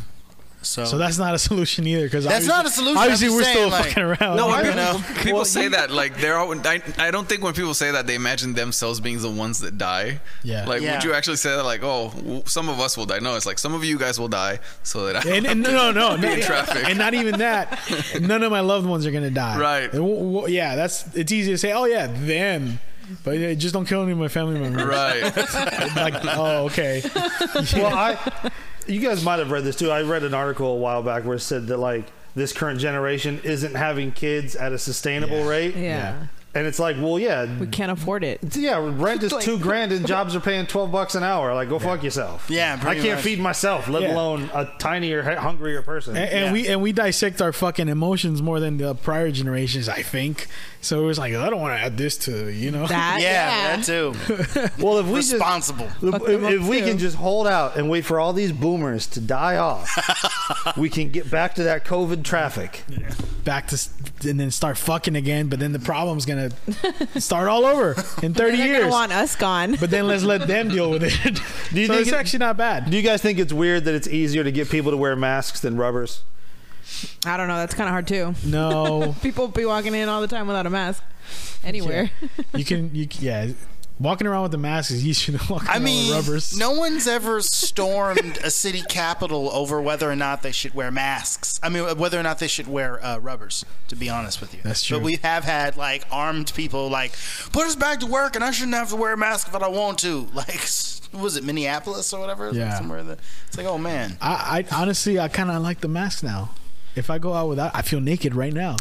S3: So,
S2: So that's not a solution either. Because
S3: That's not a solution, I'm
S2: Obviously,
S3: just
S2: we're
S3: saying,
S2: still
S3: like-
S2: fucking around.
S1: No, I
S3: You
S1: don't
S3: know?
S1: know. People say that like they're. All, I I don't think when people say that they imagine themselves being the ones that die.
S2: Yeah.
S1: Like,
S3: Yeah.
S1: would you actually say that? Like, oh, w- some of us will die. No, it's like some of you guys will die, so that I.
S2: and, and no, no, no,
S1: in traffic.
S2: and not even that. None of my loved ones are gonna die.
S1: Right.
S2: It won't- won't- yeah, that's it's easy to say. Oh yeah, them. But yeah, just don't kill any of my family members.
S1: right.
S2: Like, oh okay.
S6: well, I, you guys might have read this too. I read an article a while back where it said that like this current generation isn't having kids at a sustainable rate,
S4: Yeah.
S6: and it's like, well, yeah,
S4: We can't afford it.
S6: yeah, rent is two grand and jobs are paying twelve bucks an hour. Like, go fuck yourself.
S3: Yeah,
S6: I
S3: pretty
S6: can't
S3: much.
S6: feed myself, let
S2: Yeah.
S6: alone a tinier, hu- hungrier person.
S2: And, and we and we dissect our fucking emotions more than the prior generations, I think. So it was like, I don't want to add this to you know.
S4: That.
S3: yeah, that too.
S6: well, if we just
S3: Responsible.
S6: If,
S4: Fuck them up
S6: if we
S4: too.
S6: can just hold out and wait for all these boomers to die off, we can get back to that COVID traffic.
S2: back to s- and then start fucking again. But then the problem's gonna start all over in thirty
S4: They're gonna
S2: years.
S4: want us gone.
S2: But then let's let them deal with it.
S6: Do you
S2: so
S6: think
S2: it's
S6: it-
S2: actually not bad.
S6: Do you guys think it's weird that it's easier to get people to wear masks than rubbers?
S4: I don't know. That's kind of hard too.
S2: No,
S4: People be walking in all the time without a mask, anywhere.
S2: you can. You c- yeah, walking around with the mask is easier than walking
S3: I
S2: around
S3: mean,
S2: with rubbers.
S3: no one's ever stormed a city capital over whether or not they should wear masks. I mean, whether or not they should wear uh, rubbers. To be honest with you,
S2: That's true.
S3: But we have had like armed people like put us back to work, and I shouldn't have to wear a mask if I don't want to. Like, was it Minneapolis or whatever?
S2: Yeah.
S3: somewhere that it's like, oh man,
S2: I, I honestly, I kind of like the mask now. If I go out without, I feel naked right now.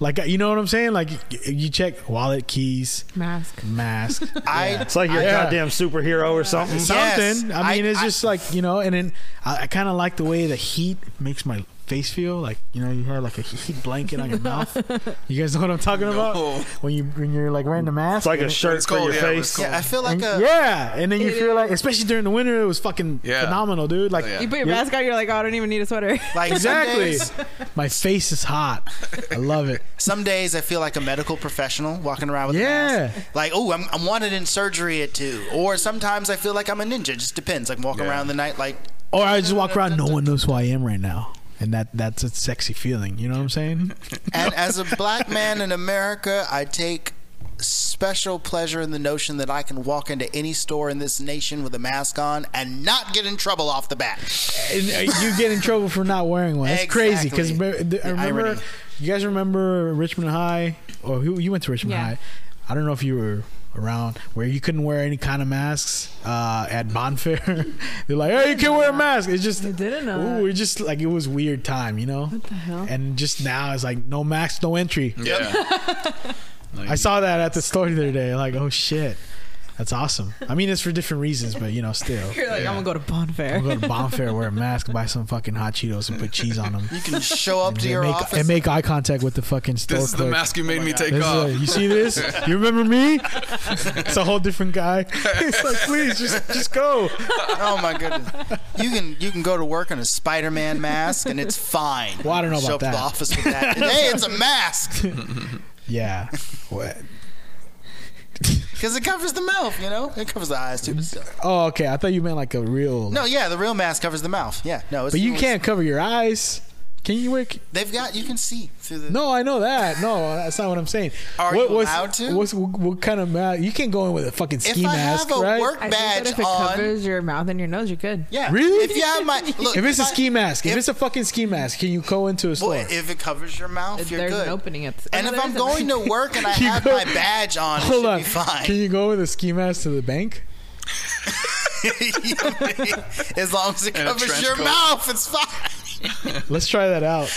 S2: Like you know what I'm saying? Like y- you check wallet, keys,
S4: Mask.
S2: mask.
S3: I
S6: It's like you're
S2: Yeah.
S6: a goddamn superhero or something.
S3: Yes.
S2: something. I mean,
S3: I-
S2: it's
S3: I-
S2: just like you know, and then I, I kind of like the way the heat makes my face feel. Like you know, you have like a heat blanket on your mouth. You guys know what I'm talking
S1: No.
S2: about when you when you're like wearing the mask.
S6: It's like a
S2: and-
S6: shirt
S1: It's
S6: for
S1: cold,
S6: your
S1: yeah, but it's
S6: face.
S1: cold.
S3: Yeah, I feel like
S2: and-
S3: a.
S2: yeah, and then you
S4: It
S2: feel
S4: is.
S2: like, especially during the winter, it was fucking
S1: Yeah.
S2: phenomenal, dude. Like
S1: yeah.
S4: You put your
S2: Yeah.
S4: mask on, you're like, oh, I don't even need a sweater.
S3: Like
S2: exactly,
S3: Some days,
S2: my face is hot. I love it.
S3: some days I feel like a medical professional walking around with a
S2: Yeah.
S3: mask. Like, oh, I'm, I'm wanted in surgery at two. Or sometimes I feel like I'm a ninja. Just depends. Like walking
S1: Yeah.
S3: around the night, like
S2: Or I just walk around, no one knows who I am right now. And that, that's a sexy feeling, you know what I'm saying?
S3: And as a black man in America, I take special pleasure in the notion that I can walk into any store in this nation with a mask on and not get in trouble off the bat.
S2: and uh, you get in trouble for not wearing one. It's crazy because
S3: Exactly.
S2: I
S3: The
S2: remember.
S3: irony.
S2: You guys remember Richmond High, or who you went to Richmond
S4: Yeah.
S2: High? I don't know if you were around where you couldn't wear any kind of masks uh, at Bonfair. They're like, "Hey, you can wear a mask." It's just,
S4: I didn't know
S2: Ooh,
S4: that.
S2: it just like it was weird time, you know. What the
S4: hell?
S2: And just now it's like no mask, no entry.
S1: Yeah.
S2: I saw that at the store the other day. Like, oh shit, that's awesome. I mean, it's for different reasons, but you know, still.
S4: you're like,
S1: Yeah.
S4: I'm gonna go to Bonfair.
S2: Go to Bonfair, wear a mask, buy some fucking hot Cheetos, and put cheese on them.
S3: You can show up to
S2: and
S3: your
S2: make,
S3: office.
S2: and make eye contact with the fucking store
S1: This is the
S2: clerk.
S1: mask you made me take
S2: This is
S1: off.
S2: like, you see this? You remember me? It's a whole different guy. It's like, please, just just go.
S3: oh my goodness! You can you can go to work in a Spider-Man mask and it's fine.
S2: Well, I don't know about
S3: show up to
S2: that.
S3: the office with that. hey, it's a mask
S2: Yeah. What?
S3: because it covers the mouth. You know, it covers the eyes too. but still.
S2: Oh, okay. I thought you meant like a real.
S3: No, yeah, the real mask covers the mouth. Yeah, no, it's
S2: but you
S3: it's-
S2: can't cover your eyes. Can you work?
S3: They've got you can see through the
S2: No, I know that. No, that's not what I'm saying.
S3: Are
S2: what,
S3: you
S2: what's-
S3: allowed to?
S2: What's, what, kind of mask? You can't go in with a fucking
S3: If
S2: ski
S3: I
S2: mask,
S3: have a
S2: right?
S3: work
S4: I
S3: badge
S4: think that if it
S3: on,
S4: covers your mouth and your nose, you're good.
S3: yeah.
S2: Really?
S3: If you have my look,
S2: if it's a
S3: I-
S2: ski mask, if,
S3: if-
S2: it's a fucking ski mask, can you go into a store?
S3: Boy, if it covers your mouth,
S4: If
S3: you're
S4: there's
S3: good.
S4: an opening, it's
S3: and
S4: Oh,
S3: if
S4: there
S3: I'm
S4: is a-
S3: going to work and I
S2: You
S3: have
S2: go-
S3: my badge on, it
S2: Hold
S3: should
S2: on.
S3: be
S2: Can
S3: fine.
S2: you go with a ski mask to the bank?
S3: as long as it
S1: And a
S3: covers
S1: trench
S3: your
S1: coat.
S3: mouth, it's fine.
S2: Let's try that out.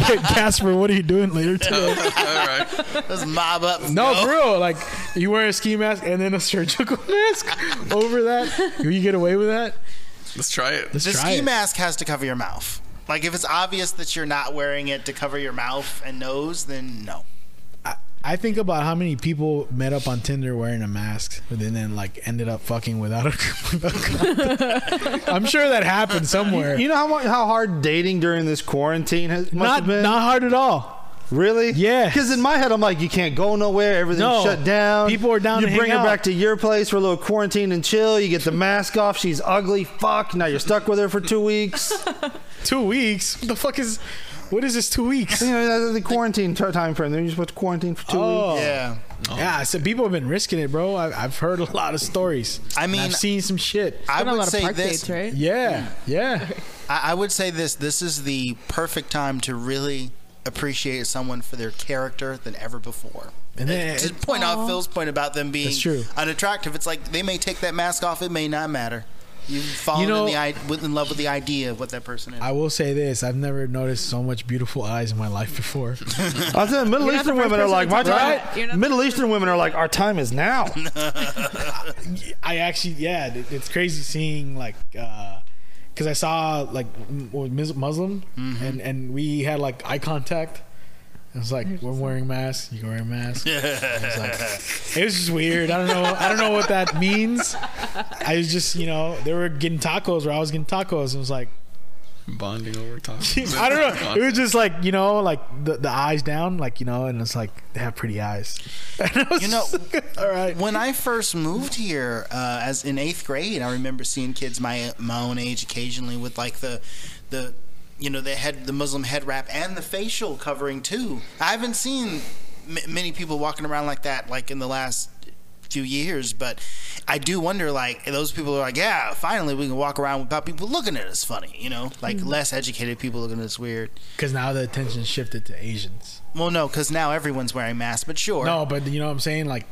S2: Hey, Casper, what are you doing later today?
S1: All right.
S3: Let's mob up. and
S2: No,
S3: go.
S2: for real. Like you wear a ski mask and then a surgical mask over that. Will you get away with that?
S1: Let's try it.
S2: Let's
S3: The
S2: try
S3: ski
S2: it.
S3: mask has to cover your mouth. Like if it's obvious that you're not wearing it to cover your mouth and nose, then no.
S2: I think about how many people met up on Tinder wearing a mask, but then, then like ended up fucking without a. without a- I'm sure that happened somewhere.
S6: You know how mu- how hard dating during this quarantine has must
S2: not
S6: have been.
S2: not hard at all.
S6: really?
S2: Yeah.
S6: Because in my head, I'm like, you can't go nowhere. Everything's
S2: No.
S6: shut down.
S2: People are down
S6: You
S2: to hang
S6: bring her
S2: out.
S6: back to your place for a little quarantine and chill. You get the mask off. She's ugly. Fuck. Now you're stuck with her for two weeks.
S2: Two weeks. What the fuck is? What is this? Two weeks?
S6: you know, that's the quarantine t- time frame. Then you're supposed to quarantine for two
S2: Oh.
S6: weeks.
S3: Yeah.
S2: Yeah, so people have been risking it, bro. I, I've heard a lot of stories.
S3: I
S2: And
S3: mean-
S2: I've seen some shit.
S3: I
S4: Been a
S3: would
S4: lot of
S3: say
S4: park
S3: this.
S4: dates, right?
S2: Yeah, yeah.
S3: I, I would say this. This is the perfect time to really appreciate someone for their character than ever before.
S2: And then
S3: to point out Phil's point about them being
S2: That's true.
S3: unattractive, it's like they may take that mask off. It may not matter. You've fallen
S2: You know-
S3: in, the, i- with- in love with the idea of what that person is.
S2: I will say this: I've never noticed so much beautiful eyes in my life before.
S6: I said Middle
S4: not
S6: Eastern
S4: the first
S6: women are
S4: person
S6: like
S4: to
S6: my
S4: talk
S6: time.
S4: about it. You're not the
S6: Middle
S4: first
S6: Eastern women are like our time is now.
S2: I actually, yeah, it- it's crazy seeing like, because I saw like m- what, Mus- Muslim, and and we had like eye contact. It was like we're wearing masks. You wearing masks? Yeah. It was, like, it was just weird. I don't know. I don't know what that means. I was just, you know, they were getting tacos, or I was getting tacos, and it was like,
S1: Bonding over top.
S2: I don't know. It was just like you know, like the, the eyes down, like you know, and it's like they have pretty eyes. And I was
S3: You know-
S2: just like, all right.
S3: when I first moved here, uh, as in eighth grade, I remember seeing kids my my own age occasionally with like the the you know the head the Muslim head wrap and the facial covering too. I haven't seen m- many people walking around like that like in the last few years, but I do wonder like those people are like, yeah, finally we can walk around without people looking at us funny, you know, like less educated people looking at us weird.
S2: Because now the attention shifted to Asians.
S3: Well, no, because now everyone's wearing masks, but sure,
S2: No, but you know what I'm saying? Like,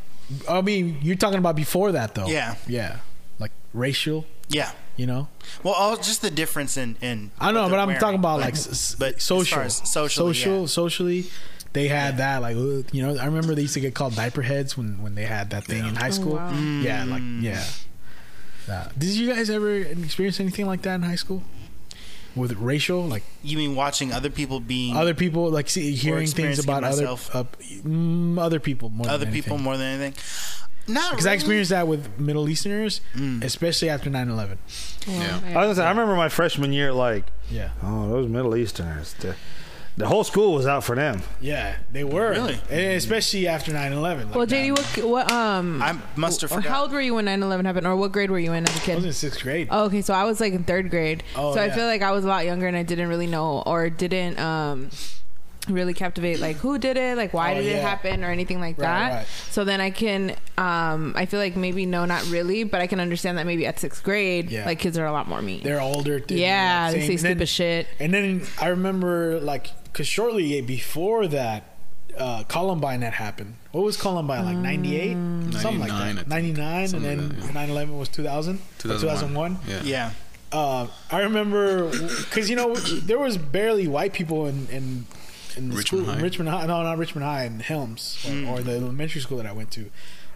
S2: I mean, you're talking about before that though.
S3: Yeah.
S2: Yeah. Like racial,
S3: yeah.
S2: you know?
S3: Well, all, just the difference in, in
S2: I know,
S3: what
S2: but
S3: they're
S2: I'm
S3: wearing.
S2: talking about like, s-
S3: but
S2: but
S3: as
S2: social,
S3: far as socially,
S2: social,
S3: yeah.
S2: socially. They had that, like ugh, you know. I remember they used to get called diaper heads when when they had that thing in high school.
S4: wow.
S2: Yeah, like yeah. Uh, did you guys ever experience anything like that in high school? With racial, like
S3: You mean watching other people being other,
S2: other people, like see, hearing things
S3: experiencing it
S2: about other
S3: myself.
S2: uh, mm, other people more. Other than
S3: people
S2: people,
S3: more than anything? Not
S2: because I experienced that with Middle Easterners,
S1: Mm.
S2: especially after 9-11.
S1: Yeah.
S6: I was gonna say I remember my freshman year like
S2: Yeah,
S6: oh those Middle Easterners. The, the whole school was out for them.
S2: yeah, they were
S3: Really?
S2: And especially after 9-11. Like
S4: Well,
S2: that.
S4: JD, what, what um,
S3: I must have
S4: or how
S3: forgotten.
S4: old were you when 9/11 happened, or what grade were you in as a
S2: I was in
S4: kid?
S2: sixth grade.
S4: Oh, okay, so I was like in third grade,
S2: Oh,
S4: so I
S2: yeah.
S4: feel like I was a lot younger and I didn't really know or didn't um really captivate like who did it, like why
S2: Oh,
S4: did
S2: yeah.
S4: it happen, or anything like
S2: Right,
S4: that.
S2: right.
S4: So then I can um I feel like maybe no, not really, but I can understand that maybe at sixth grade,
S2: Yeah.
S4: like kids are a lot more mean.
S2: They're older. they do
S4: yeah,
S2: that
S4: they
S2: same-
S4: say
S2: and then-
S4: stupid shit.
S2: And then I remember, like, because shortly before that, uh, Columbine had happened. What was Columbine like? Ninety eight,
S4: Mm.
S2: something like
S1: 99, I
S2: that.
S1: think.
S2: Ninety nine, and
S1: Something like that,
S2: then
S1: yeah.
S2: nine eleven was two thousand. Two thousand one.
S1: Yeah.
S3: Yeah,
S2: Uh, I remember because you know there was barely white people in in, in the
S1: Richmond
S2: school
S1: High?
S2: Richmond High. No, not Richmond High in Helms or,
S4: Hmm.
S2: or the elementary school that I went to,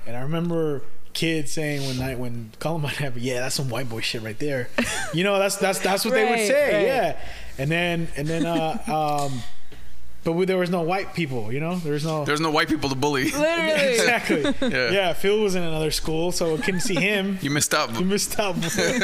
S2: and I remember kids saying when night when Columbine happened, yeah, that's some white boy shit right there. You know, that's that's that's what they would
S4: Right,
S2: say,
S4: right.
S2: yeah. And then and then uh, um, but we, there was no white people. You know, there was no.
S1: There's no white people to bully.
S4: Literally.
S2: Exactly. yeah.
S1: Yeah.
S2: Phil was in another school, so we couldn't see him.
S1: You missed out.
S2: You missed out. boy.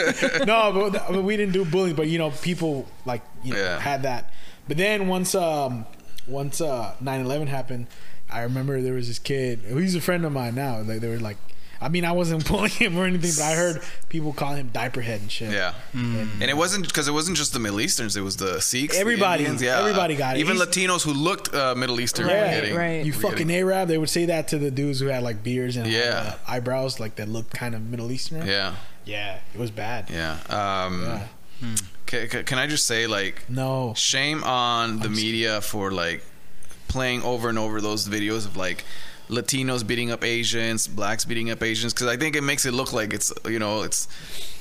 S2: no, but th- I mean, we didn't do bullying, but you know, people like you know,
S1: Yeah.
S2: had that. But then once um once uh 11 happened, I remember there was this kid. He's a friend of mine now. Like they were like, I mean, I wasn't pulling him or anything, but I heard people call him diaper head and shit.
S1: Yeah.
S2: Mm.
S1: And it wasn't because it wasn't just the Middle Easterns; it was the Sikhs, the
S2: Everybody-
S1: Indians, yeah,
S2: everybody got it.
S1: Even
S2: He's-
S1: Latinos who looked uh, Middle Eastern, were
S2: Right,
S1: getting-
S4: right.
S2: You
S1: were
S2: fucking
S1: getting-
S2: Arab. They would say that to the dudes who had like beards and
S1: Yeah.
S2: uh, eyebrows, like that looked kind of Middle Eastern.
S1: yeah,
S2: Yeah, it was bad.
S1: yeah. Um,
S2: Yeah.
S1: ca- ca- can I just say, like,
S2: No.
S1: shame on the media for like playing over and over those videos of like Latinos beating up Asians, blacks beating up Asians, because I think it makes it look like it's you know it's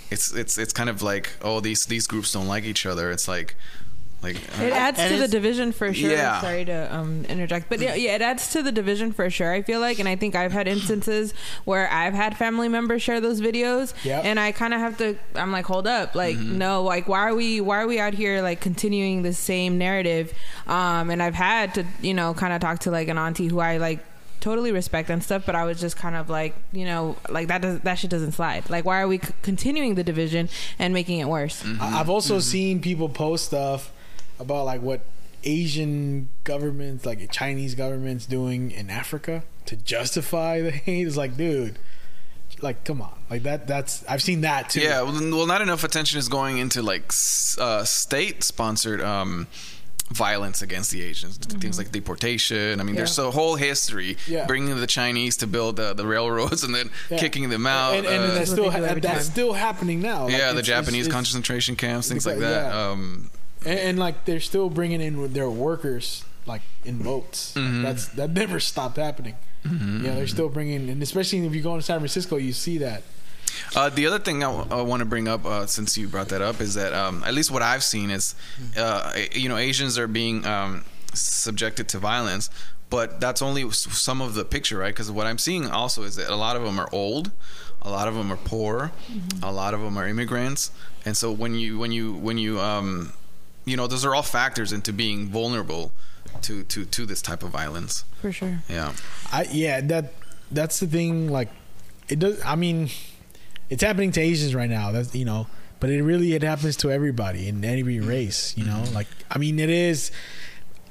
S1: it's it's it's kind of like oh these these groups don't like each other. It's like like
S4: It adds
S3: And
S4: to the
S3: it's-
S4: division for sure.
S1: Yeah.
S4: Sorry to um, interject, but yeah, yeah, it adds to the division for sure. I feel like, and I think I've had instances where I've had family members share those videos,
S2: Yep.
S4: and I kind of have to. I'm like, hold up, like no, like why are we why are we out here like continuing the same narrative? Um, and I've had to you know kind of talk to like an auntie who I like totally respect and stuff but i was just kind of like you know like that does that shit doesn't slide like why are we c- continuing the division and making it worse
S2: I- I've also
S4: Mm-hmm.
S2: seen people post stuff about like what Asian governments, like Chinese governments, doing in Africa to justify the hate. It's like, dude, like come on, like that. That's I've seen that too.
S1: Yeah, well, n- well, not enough attention is going into like s- uh, state-sponsored um, violence against the Asians, th- things like deportation. I mean, there's
S2: Mm-hmm. Yeah.
S1: a whole history
S2: Yeah.
S1: bringing the Chinese to build uh, the railroads and then
S2: Yeah.
S1: kicking them out.
S2: and, and
S1: uh,
S2: that's
S4: That's what
S2: still
S4: they do every
S2: that's
S4: time.
S2: still happening now. Like,
S1: yeah, the
S2: it's- it's-
S1: Japanese
S2: it's-
S1: concentration camps, things like
S2: Exa-
S1: that.
S2: yeah.
S1: Um,
S2: and, and, like they're still bringing in with their workers like in boats.
S1: Mm-hmm.
S2: That's that never stopped happening. Yeah, they're still bringing, and especially if you go to San Francisco, you see that.
S1: Uh, the other thing I, want to bring up, uh, since you brought that up, is that um, at least what I've seen is, uh, you know, Asians are being um, subjected to violence, but that's only s- some of the picture, right? Because what I'm seeing also is that a lot of them are old, a lot of them are poor,
S2: Mm-hmm.
S1: a lot of them are immigrants, and so when you when you when you um, you know, those are all factors into being vulnerable to to to this type of violence.
S4: for sure
S1: Yeah.
S2: I yeah, that that's the thing. Like, it does. I mean, it's happening to Asians right now. That's you know, but it really it happens to everybody in any race. You know, like I mean, it is.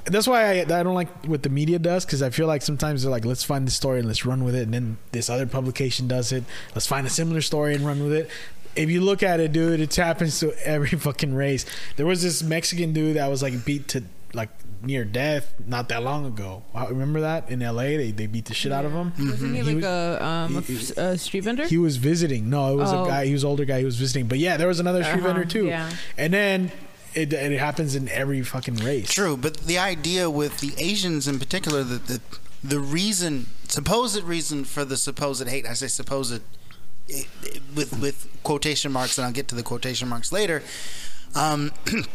S2: That's why I, I don't like what the media does because I feel like sometimes they're like, let's find the story and let's run with it, and then this other publication does it. Let's find a similar story and run with it. If you look at it, dude, it happens to every fucking race. There was this Mexican dude that was like beat to like near death not that long ago. I remember that in L.A. They they beat the shit out of him.
S4: Wasn't he
S2: Mm-hmm. He
S4: like
S2: was-
S4: a, um, a f- a street vendor?
S2: He was visiting. No, it was
S4: Oh.
S2: a guy. He was an older guy. He was visiting. But yeah, there was another street
S4: Uh-huh,
S2: vendor too.
S4: yeah.
S2: And then it, it happens in every fucking race.
S3: True, but the idea with the Asians in particular, that the, the reason, supposed reason for the supposed hate, I say supposed eh, eh, with with quotation marks, and I'll get to the quotation marks later, um,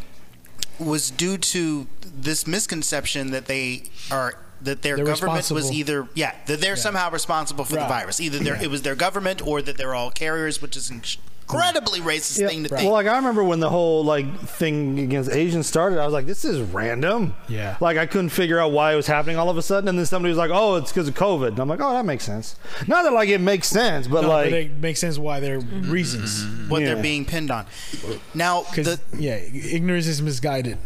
S3: was due to this misconception that they are that their
S2: They're
S3: government was
S2: responsible.
S3: either yeah that they're somehow responsible for the
S2: Right.
S3: virus, either their-
S2: Yeah.
S3: it was their government or that they're all carriers, which is incredibly racist
S6: Yeah.
S3: thing to
S6: Well,
S3: think.
S6: like I remember when the whole like thing against Asians started, I was like, "This is random."
S2: Yeah.
S6: Like I couldn't figure out why it was happening all of a sudden, and then somebody was like, "Oh, it's because of COVID," and I'm like, "Oh, that makes sense." Not that like it makes sense, but
S2: No,
S6: like,
S2: but it makes sense why there are
S4: Mm-hmm.
S2: reasons.
S3: What
S6: Yeah.
S3: they're being pinned on. Now,
S2: Because
S3: Mm-hmm. the,
S2: yeah, ignorance is misguided.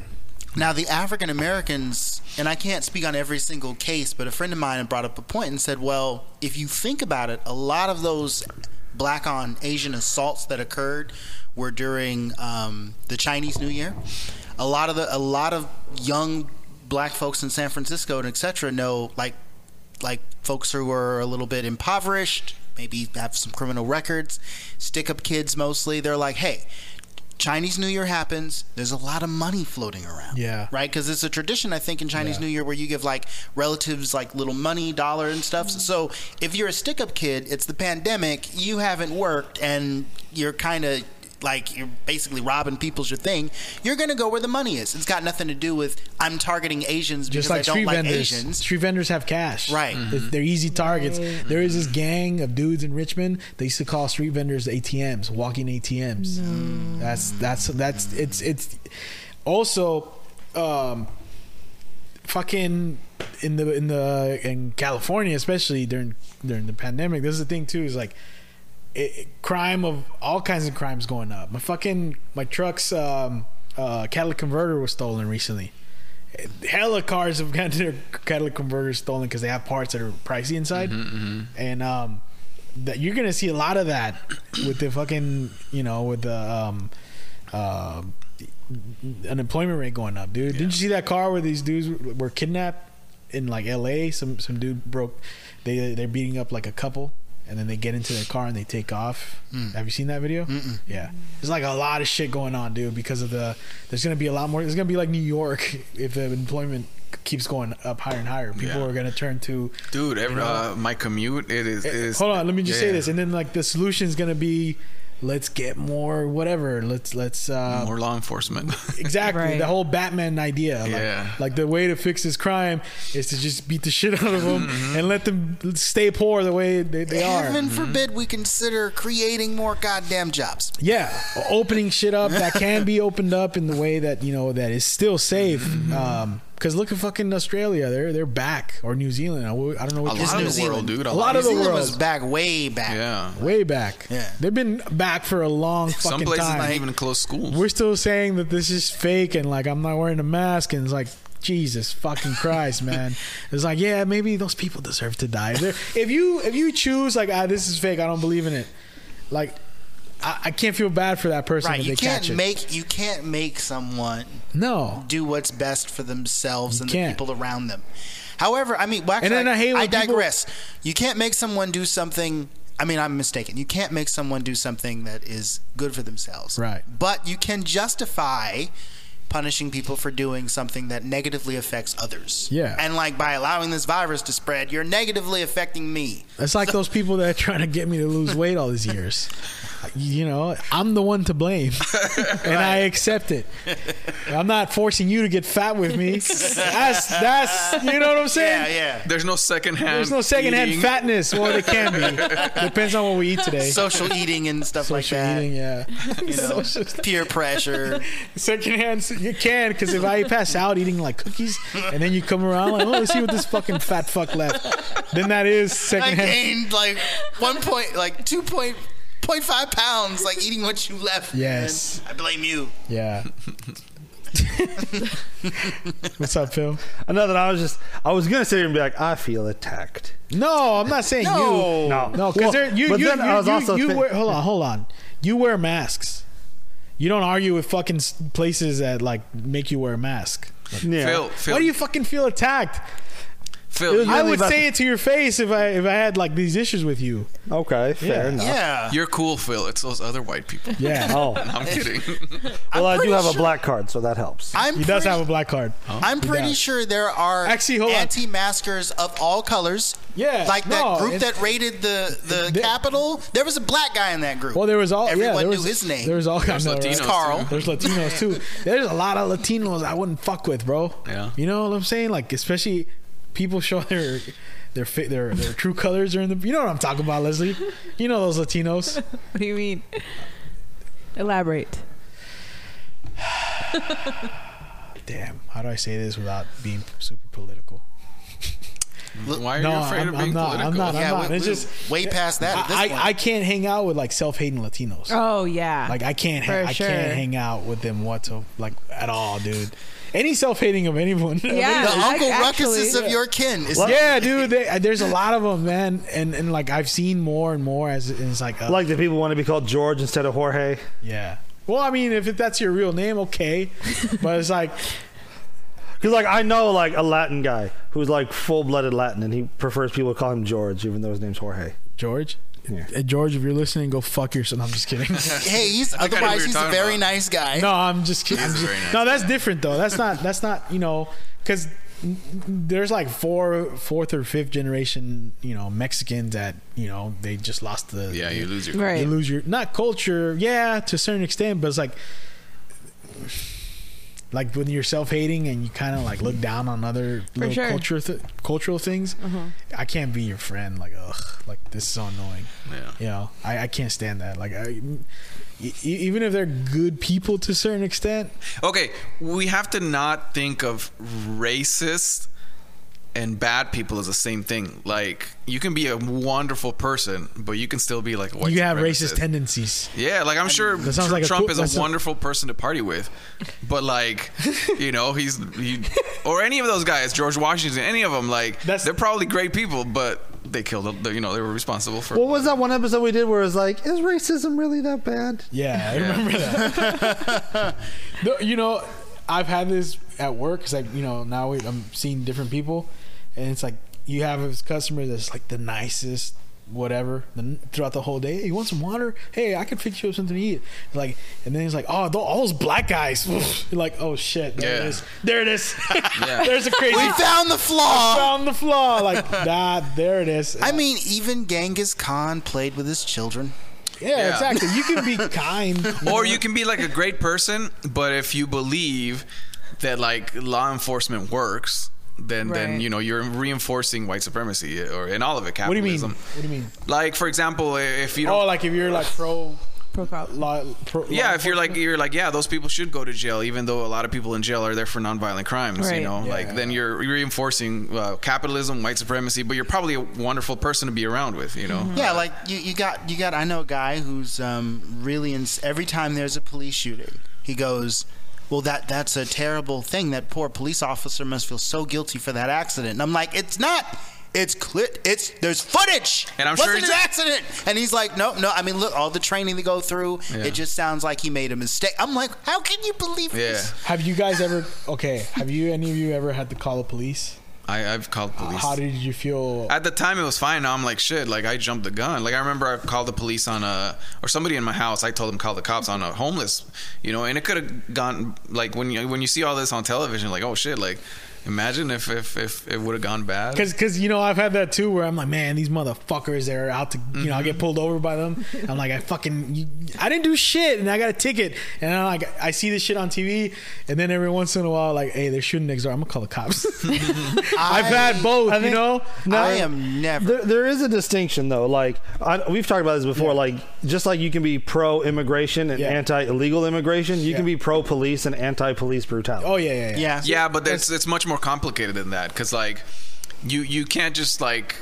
S3: Now, the African Americans, and I can't speak on every single case, but a friend of mine brought up a point and said, well, if you think about it, a lot of those black on Asian assaults that occurred were during um, the Chinese New Year. A lot of the, a lot of young black folks in San Francisco and et cetera know, like, like folks who are a little bit impoverished, maybe have some criminal records, stick up kids mostly. They're like, hey, Chinese New Year happens. There's a lot of money floating around.
S2: Yeah.
S3: Right? Because it's a tradition, I think, in Chinese New Year where you give like relatives like little money, dollar, and stuff. So if you're a stick up kid, it's the pandemic, you haven't worked, and you're kind of like you're basically robbing people's your thing. You're going to go where the money is. It's got nothing to do with I'm targeting Asians
S2: Just
S3: because
S2: like
S3: I don't
S2: street
S3: like
S2: vendors.
S3: Asians.
S2: Street vendors have cash.
S3: Right. Mm-hmm.
S2: It's- They're easy targets. There is this gang of dudes in Richmond. They used to call street vendors ATMs, walking ATMs. That's that's that's it's it's also um fucking in the in the in California especially during during the pandemic. This is the thing too is like it, it- crime of all kinds of crimes going up. My fucking my truck's um, uh, catalytic converter was stolen recently. Hella cars have gotten their catalytic converters stolen because they have parts that are pricey inside, and um, that you're gonna see a lot of that with the fucking you know with the um uh unemployment rate going up, dude. Didn't you see that car where these dudes were- were kidnapped in like L.A.? Some some dude broke. They they're beating up like a couple, and then they get into their car and they take off.
S1: Mm.
S2: Have you seen that video? Yeah, there's like a lot of shit going on, dude. Because of the there's gonna be a lot more. There's gonna be like New York if the employment keeps going up higher and higher. People
S1: Yeah.
S2: are gonna turn to
S1: dude. Every, uh, my commute, it is. It is
S2: eh, Hold on, let me just say
S1: yeah.
S2: this, and then like the solution is gonna be, let's get more whatever. Let's let's uh,
S1: More law enforcement.
S2: exactly
S4: Right.
S2: the whole Batman idea. Like,
S1: Yeah.
S2: like the way to fix this crime is to just beat the shit out of them
S1: Mm-hmm.
S2: and let them stay poor the way they, they are.
S3: Heaven forbid we consider creating more goddamn jobs.
S2: Yeah, opening shit up that can be opened up in the way that you know that is still safe.
S1: Mm-hmm.
S2: Um, because look at fucking Australia, they're they're back or New Zealand. I w- I don't know
S1: a lot
S2: what
S3: New
S1: of the
S3: Zealand.
S1: world, dude. A,
S2: A lot of the
S3: New Zealand
S2: world.
S3: was back way back.
S1: yeah.
S2: way back.
S3: Yeah.
S2: they've been back for a long fucking
S1: Some places
S2: time.
S1: not even close schools.
S2: we're still saying that this is fake and like I'm not wearing a mask and it's like Jesus fucking Christ, man. It's like, yeah, maybe those people deserve to die. They're- if you if you choose like ah, this is fake, I don't believe in it. Like I, I can't feel bad for that person
S3: Right,
S2: if they
S3: you
S2: catch
S3: can't
S2: it.
S3: make you can't make someone
S2: no.
S3: do what's best for themselves and
S2: can't.
S3: the people around them. However, I mean, well, actually,
S2: then I hate when people-
S3: digress. You can't make someone do something. I mean, I'm mistaken. You can't make someone do something that is good for themselves.
S2: Right.
S3: But you can justify punishing people for doing something that negatively affects others.
S2: Yeah.
S3: And like by allowing this virus to spread, you're negatively affecting me.
S2: It's like those people that are trying to get me to lose weight all these years. You know, I'm the one to blame, and I accept it. I'm not forcing you to get fat with me. That's that's you know what I'm saying.
S3: Yeah, yeah.
S1: There's no secondhand.
S2: There's no secondhand
S1: eating.
S2: fatness. Well, there can be. Depends on what we eat today.
S3: Social eating and stuff like
S2: Social
S3: that.
S2: eating, yeah.
S3: You know, peer pressure.
S2: Secondhand, you can because if I pass out eating like cookies, and then you come around like, oh, let's see what this fucking fat fuck left, then that is
S3: I
S2: secondhand.
S3: gained like one point, like two point point five pounds, like eating what you left.
S2: Yes.
S3: man. I blame you.
S2: Yeah. What's up, Phil?
S6: Another, I was just, I was gonna sit here and be like, I feel attacked.
S2: No, I'm not saying you.
S6: no,
S2: No, because
S6: Well,
S2: you,
S6: but
S2: you,
S6: then
S2: you,
S6: I was
S2: you-
S6: also
S2: you
S6: thi-
S2: wear, hold on, hold on. You wear masks. You don't argue with fucking s- places that like make you wear a mask.
S6: yeah.
S1: Phil, Phil,
S2: Why do you fucking feel attacked?
S1: Phil,
S6: It was
S1: you-
S2: I
S6: really
S2: would
S6: about-
S2: say it to your face if I if I had like these issues with you.
S6: Okay, fair
S2: Yeah.
S6: enough.
S3: Yeah.
S1: you're cool, Phil. It's those other white people.
S2: Yeah.
S6: Oh,
S1: I'm kidding.
S6: well, I do
S3: pretty
S6: have a
S3: sure-
S6: black card, so that helps.
S3: I'm
S2: He
S3: pretty,
S2: does have a black card.
S1: Oh.
S3: I'm pretty
S2: does.
S3: sure there are
S2: Actually, hold on.
S3: anti-maskers of all colors.
S2: Yeah,
S3: like
S2: no,
S3: that group
S2: it-
S3: that raided the the
S2: They-
S3: Capitol. There was a black guy in that group.
S2: Well, there was all
S3: Everyone
S2: yeah, there
S3: knew
S2: was,
S3: his name.
S2: There was all kinds of
S1: Latinos,
S3: Carl.
S1: too.
S2: There's Latinos too. There's a lot of Latinos I wouldn't fuck with, bro.
S1: Yeah.
S2: You know what I'm saying? Like especially people show their their fa- their their true colors are in the. You know what I'm talking about, Leslie? You know those Latinos.
S4: What do you mean? Elaborate.
S2: Damn. How do I say this without being super political?
S1: Why are
S2: No,
S1: you afraid
S2: I'm-
S1: of
S2: I'm
S1: being
S2: not- I'm
S1: political?
S2: not-
S3: yeah,
S2: not.
S3: we-
S2: It's
S3: we-
S2: just-
S3: way past that. At this
S2: I,
S3: point.
S2: I I can't hang out with like self-hating Latinos.
S4: Oh yeah.
S2: Like I can't, ha-
S4: For
S2: I
S4: sure.
S2: can't hang out with them whatso like at all, dude. Any self-hating of anyone?
S4: Yeah.
S3: the
S4: I-
S3: Uncle
S4: actually-
S3: Ruckuses of your kin. Is,
S2: yeah, dude. They, uh, there's a lot of them, man, and and like I've seen more and more as and it's like, uh,
S6: Like, do people want to be called George instead of Jorge?
S2: yeah. Well, I mean, if it, that's your real name, okay, but it's like,
S6: Because, like, I know, like, a Latin guy who's, like, full blooded Latin, and he prefers people to call him George, even though his name's Jorge.
S2: George.
S6: Yeah.
S2: Uh, George, if you're listening, go fuck yourself. No, I'm just kidding.
S3: Hey, he's
S1: I knew what you
S3: otherwise
S1: were
S3: he's a
S1: talking
S3: very
S1: about.
S3: nice guy.
S2: no, I'm just kidding. I'm
S1: He's
S2: just-
S1: very nice
S2: no, that's different though. That's not. That's not. You know, because there's like four, fourth or fifth generation, you know, Mexicans that you know they just lost the
S1: yeah, you lose your.
S4: right.
S2: you lose your not culture, yeah, to a certain extent, but it's like like when you're self hating and you kind of like look down on other little
S4: sure. Mm-hmm.
S2: culture th- cultural things. I can't be your friend. Like ugh, like this is so annoying.
S1: Yeah.
S2: You know, I, I can't stand that. Like, I, e- e- even if they're good people to a certain extent,
S1: Okay, we have to not think of racist and bad people as the same thing. Like you can be a wonderful person, but you can still be like a white.
S2: you have
S1: supremacist.
S2: racist tendencies.
S1: Yeah, like I'm sure
S2: That sounds
S1: Tr-
S2: like a
S1: Trump
S2: cool-
S1: is
S2: that's
S1: a
S2: a-
S1: wonderful person to party with, but like, you know, he's he, or any of those guys, George Washington, any of them, like
S2: That's-
S1: they're probably great people, but they killed. The, you know, they were responsible for.
S6: What was that one episode we did where it was like, is racism really that bad?
S2: Yeah, I remember that. No, you know, I've had this at work because I, you know, now we, I'm seeing different people, and it's like you have this customer that's like the nicest, whatever, the, throughout the whole day. "Hey, you want some water? Hey, I could fix you up something to eat. Like, and then he's like, oh, tho- all those black guys. You're like, oh shit, there it
S1: Yeah.
S2: is, there it is.
S1: Yeah.
S2: There's a crazy.
S3: We found the flaw.
S2: Found the flaw, like that. There it is.
S3: I mean, even Genghis Khan played with his children.
S2: yeah,
S1: yeah.
S2: exactly. You can be kind,
S1: Or you can be like a great person, but if you believe that like law enforcement works, then then
S4: Right.
S1: you know you're reinforcing white supremacy or in all of it
S2: What do you mean?
S1: capitalism.
S2: What do you mean?
S1: Like for example, i- if you don't.
S2: Oh, like if you're like pro
S4: Pro cop.
S2: law. Pro,
S1: yeah,
S2: law
S1: if you're like you're like yeah, those people should go to jail, even though a lot of people in jail are there for nonviolent crimes.
S4: Right.
S1: You know,
S2: Yeah.
S1: like then you're reinforcing uh, capitalism, white supremacy, but you're probably a wonderful person to be around with. You know,
S3: Mm-hmm. Yeah, like you, you got you got. I know a guy who's um, really in, every time there's a police shooting, he goes, "Well, that that's a terrible thing. That poor police officer must feel so guilty for that accident." And I'm like, "It's not." It's clear. It's there's footage.
S1: And I'm
S3: Wasn't
S1: sure
S3: an
S1: he's-
S3: accident. And he's like, no, no. I mean, look, all the training they go through.
S1: Yeah.
S3: It just sounds like he made a mistake. I'm like, how can you believe
S1: yeah.
S3: this?
S2: Have you guys ever? Okay, have you any of you ever had to call the police?
S1: I, I've called police.
S2: How did you feel?
S1: At the time, it was fine. Now I'm like, shit. Like I jumped the gun. Like I remember I called the police on a or somebody in my house. I told them call the cops on a homeless. You know, and it could have gone like when you when you see all this on television, like oh shit, like imagine if if if it would have gone bad.
S2: Cause, cause you know I've had that too, where I'm like, man, these motherfuckers, they're out to, you know, I get
S1: Mm-hmm.
S2: pulled over by them. I'm like, I fucking, you, I didn't do shit, and I got a ticket, and I'm like, I see this shit on TV, and then every once in a while, like, hey, they're shooting next door. I'm gonna call the cops. I've had both, you know.
S3: I am never.
S6: There, there is a distinction though. Like I, we've talked about this before. Like just like you can be pro immigration and
S2: Yeah.
S6: anti illegal immigration, you
S2: Yeah.
S6: can be pro police and anti police brutality.
S2: Oh yeah, yeah, yeah.
S3: yeah.
S1: yeah, but that's it's much more complicated than that. Cause like you you can't just like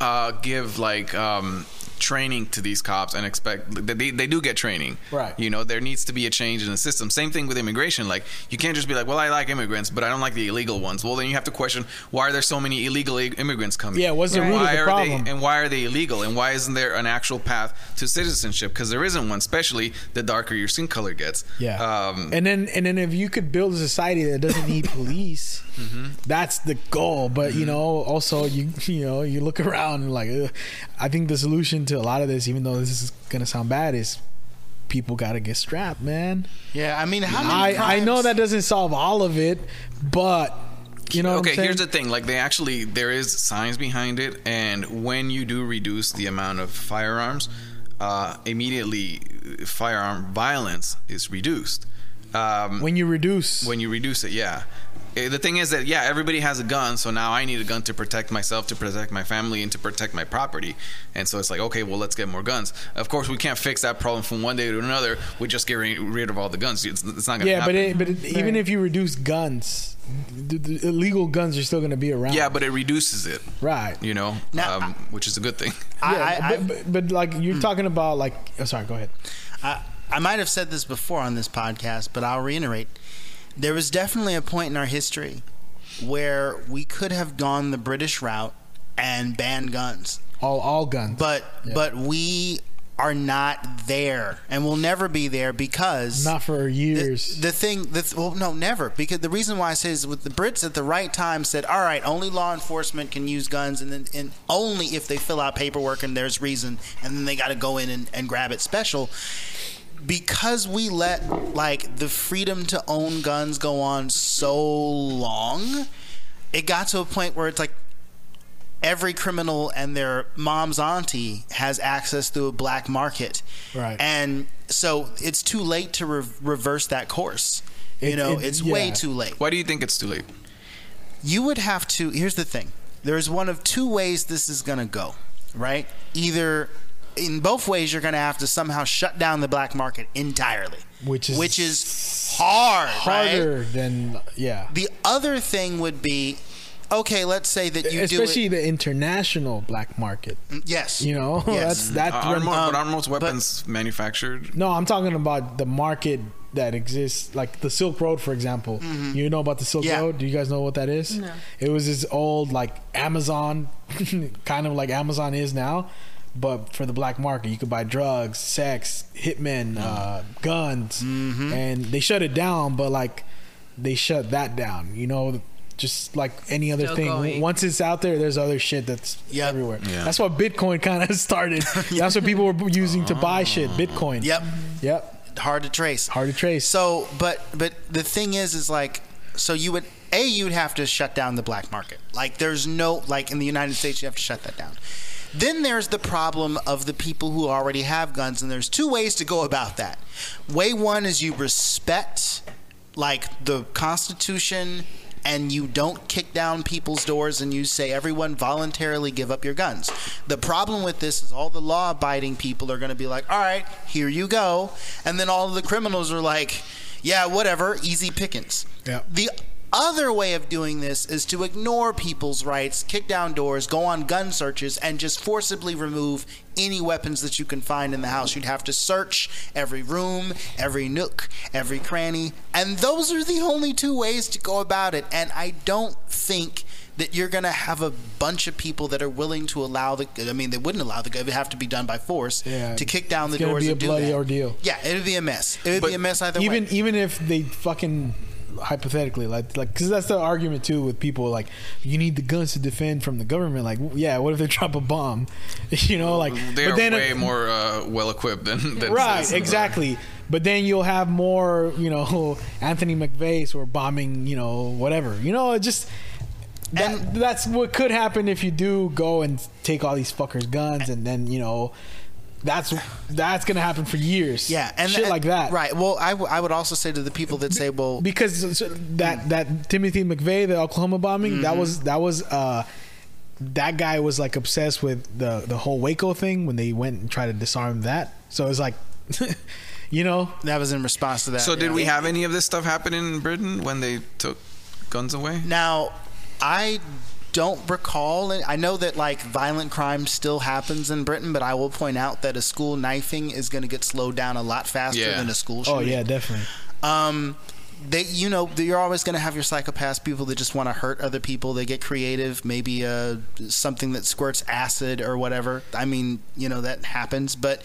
S1: uh, give like um, training to these cops and expect they they do get training.
S2: Right.
S1: You know there needs to be a change in the system. Same thing with immigration. Like you can't just be like, well, I like immigrants, but I don't like the illegal ones. Well, then you have to question why are there so many illegal i- immigrants coming?
S2: Yeah, what's the
S1: And
S2: root of
S1: why
S2: the
S1: are
S2: problem?
S1: They, and why are they illegal? And why isn't there an actual path to citizenship? Because there isn't one, especially the darker your skin color gets.
S2: Yeah.
S1: Um,
S2: and then and then if you could build a society that doesn't need police,
S1: Mm-hmm.
S2: that's the goal. But you know, also you you know you look around and like, ugh. I think the solution to a lot of this, even though this is gonna sound bad, is people gotta get strapped, man.
S3: Yeah, I mean, how many
S2: I I know
S3: crimes-
S2: that doesn't solve all of it, but you know. what I'm
S1: okay
S2: saying?
S1: here's the thing like they actually there is science behind it and when you do reduce the amount of firearms uh, immediately uh, firearm violence is reduced um,
S2: when you reduce.
S1: when you reduce it yeah Eh, the thing is that yeah everybody has a gun so now i need a gun to protect myself to protect my family and to protect my property and so it's like okay well let's get more guns of course we can't fix that problem from one day to another we just get ri- rid of all the guns it's, it's not gonna
S2: yeah,
S1: happen.
S2: but it, but it, even if you reduce guns, the, the illegal guns are still going to be around.
S1: yeah but it reduces it
S2: right.
S1: you know
S3: Now,
S1: um, which is a good thing
S3: I-
S2: Yeah,
S3: I- Hmm. I-
S2: but, but, but like you're talking about like oh, sorry, go ahead.
S3: I, I might have said this before on this podcast, but I'll reiterate. There was definitely a point in our history where we could have gone the British route and banned guns,
S2: All all guns.
S3: but
S2: Yeah.
S3: but we are not there, and we'll never be there because
S2: not for years.
S3: the, the thing, the th- well, no, never. Because the reason why I say is with the Brits at the right time said, all right, only law enforcement can use guns, and then and only if they fill out paperwork and there's reason, and then they got to go in and, and grab it special. Because we let like the freedom to own guns go on so long, it got to a point where it's like every criminal and their mom's auntie has access through a black market.
S2: Right.
S3: And so it's too late to re- reverse that course.
S2: It-
S3: you know,
S2: it-
S3: it's
S2: yeah.
S3: way too late.
S1: Why do you think it's too late?
S3: You would have to. Here's the thing there's one of two ways this is going to go, right? Either in both ways, you're going to have to somehow shut down the black market entirely,
S2: Which is
S3: which is hard, right?
S2: harder than yeah.
S3: The other thing would be okay, let's say that you
S2: Especially
S3: do
S2: the international black market.
S3: it. Yes.
S2: You know, that's
S3: Yes.
S2: that.
S1: Uh, aren't,
S2: threat-
S1: mo- but aren't most weapons manufactured?
S2: no, I'm talking about the market that exists, like the Silk Road, for example. You know about the Silk
S3: Mm-hmm. Yeah.
S2: Road? Do you guys know what that is?
S4: No.
S2: It was this old like Amazon, kind of like Amazon is now, but for the black market. You could buy drugs, sex, hitmen,
S3: Mm.
S2: uh, guns,
S3: Mm-hmm.
S2: and they shut it down. But like they shut that down. You know, just like any other
S4: Still
S2: thing.
S4: going.
S2: Once it's out there, there's other shit that's
S3: Yep.
S2: everywhere.
S1: Yeah.
S2: That's what Bitcoin kind of started. That's what people were using to buy
S3: Ah.
S2: shit. Bitcoin.
S3: Yep.
S2: Yep.
S3: Hard to trace.
S2: Hard to trace.
S3: So, but but the thing is, is like, so you would a you would have to shut down the black market. Like, there's no like in the United States, you have to shut that down. Then there's the problem of the people who already have guns, and there's two ways to go about that. Way one is you respect like the Constitution, and you don't kick down people's doors, and you say everyone voluntarily give up your guns. The problem with this is all the law-abiding people are going to be like, "All right, here you go," and then all of the criminals are like, "Yeah, whatever, easy pickings."
S2: Yeah.
S3: The other way of doing this is to ignore people's rights, kick down doors, go on gun searches, and just forcibly remove any weapons that you can find in the house. You'd have to search every room, every nook, every cranny. And those are the only two ways to go about it. And I don't think that you're going to have a bunch of people that are willing to allow the I mean they wouldn't allow the it would have to be done by force
S2: Yeah.
S3: to kick down
S2: It's
S3: the
S2: gonna
S3: doors
S2: be a
S3: and do
S2: bloody
S3: that.
S2: ordeal.
S3: Yeah, it would be a mess. It would
S1: But
S3: be a mess either
S2: even
S3: way.
S2: even if they fucking hypothetically like like because that's the argument too with people like you need the guns to defend from the government like w- yeah what if they drop a bomb you know like
S1: They're
S2: but then
S1: way more uh, well equipped than, than
S2: right
S1: citizens are.
S2: exactly but then you'll have more you know Anthony McVeigh's or bombing you know whatever you know it just that, that's what could happen if you do go and take all these fuckers guns and then you know that's that's gonna happen for years
S3: Yeah, and
S2: shit
S3: and-
S2: like that
S3: Right. Well, I, w- I would also say to the people that say, well,
S2: because s- s- that that Timothy McVeigh, the Oklahoma bombing, that was that was uh, that guy was like obsessed with the the whole Waco thing when they went and tried to disarm that. So it's like, you know,
S3: that was in response to that.
S1: So did
S3: yeah.
S1: we have any of this stuff happen in Britain when they took guns away?
S3: Now, I don't recall. I know that like violent crime still happens in Britain, but I will point out that a school knifing is going to get slowed down a lot faster
S1: Yeah.
S3: than a school shooting.
S2: oh yeah, definitely.
S3: um they you know you're always going to have your psychopaths people that just want to hurt other people they get creative maybe uh something that squirts acid or whatever i mean you know that happens but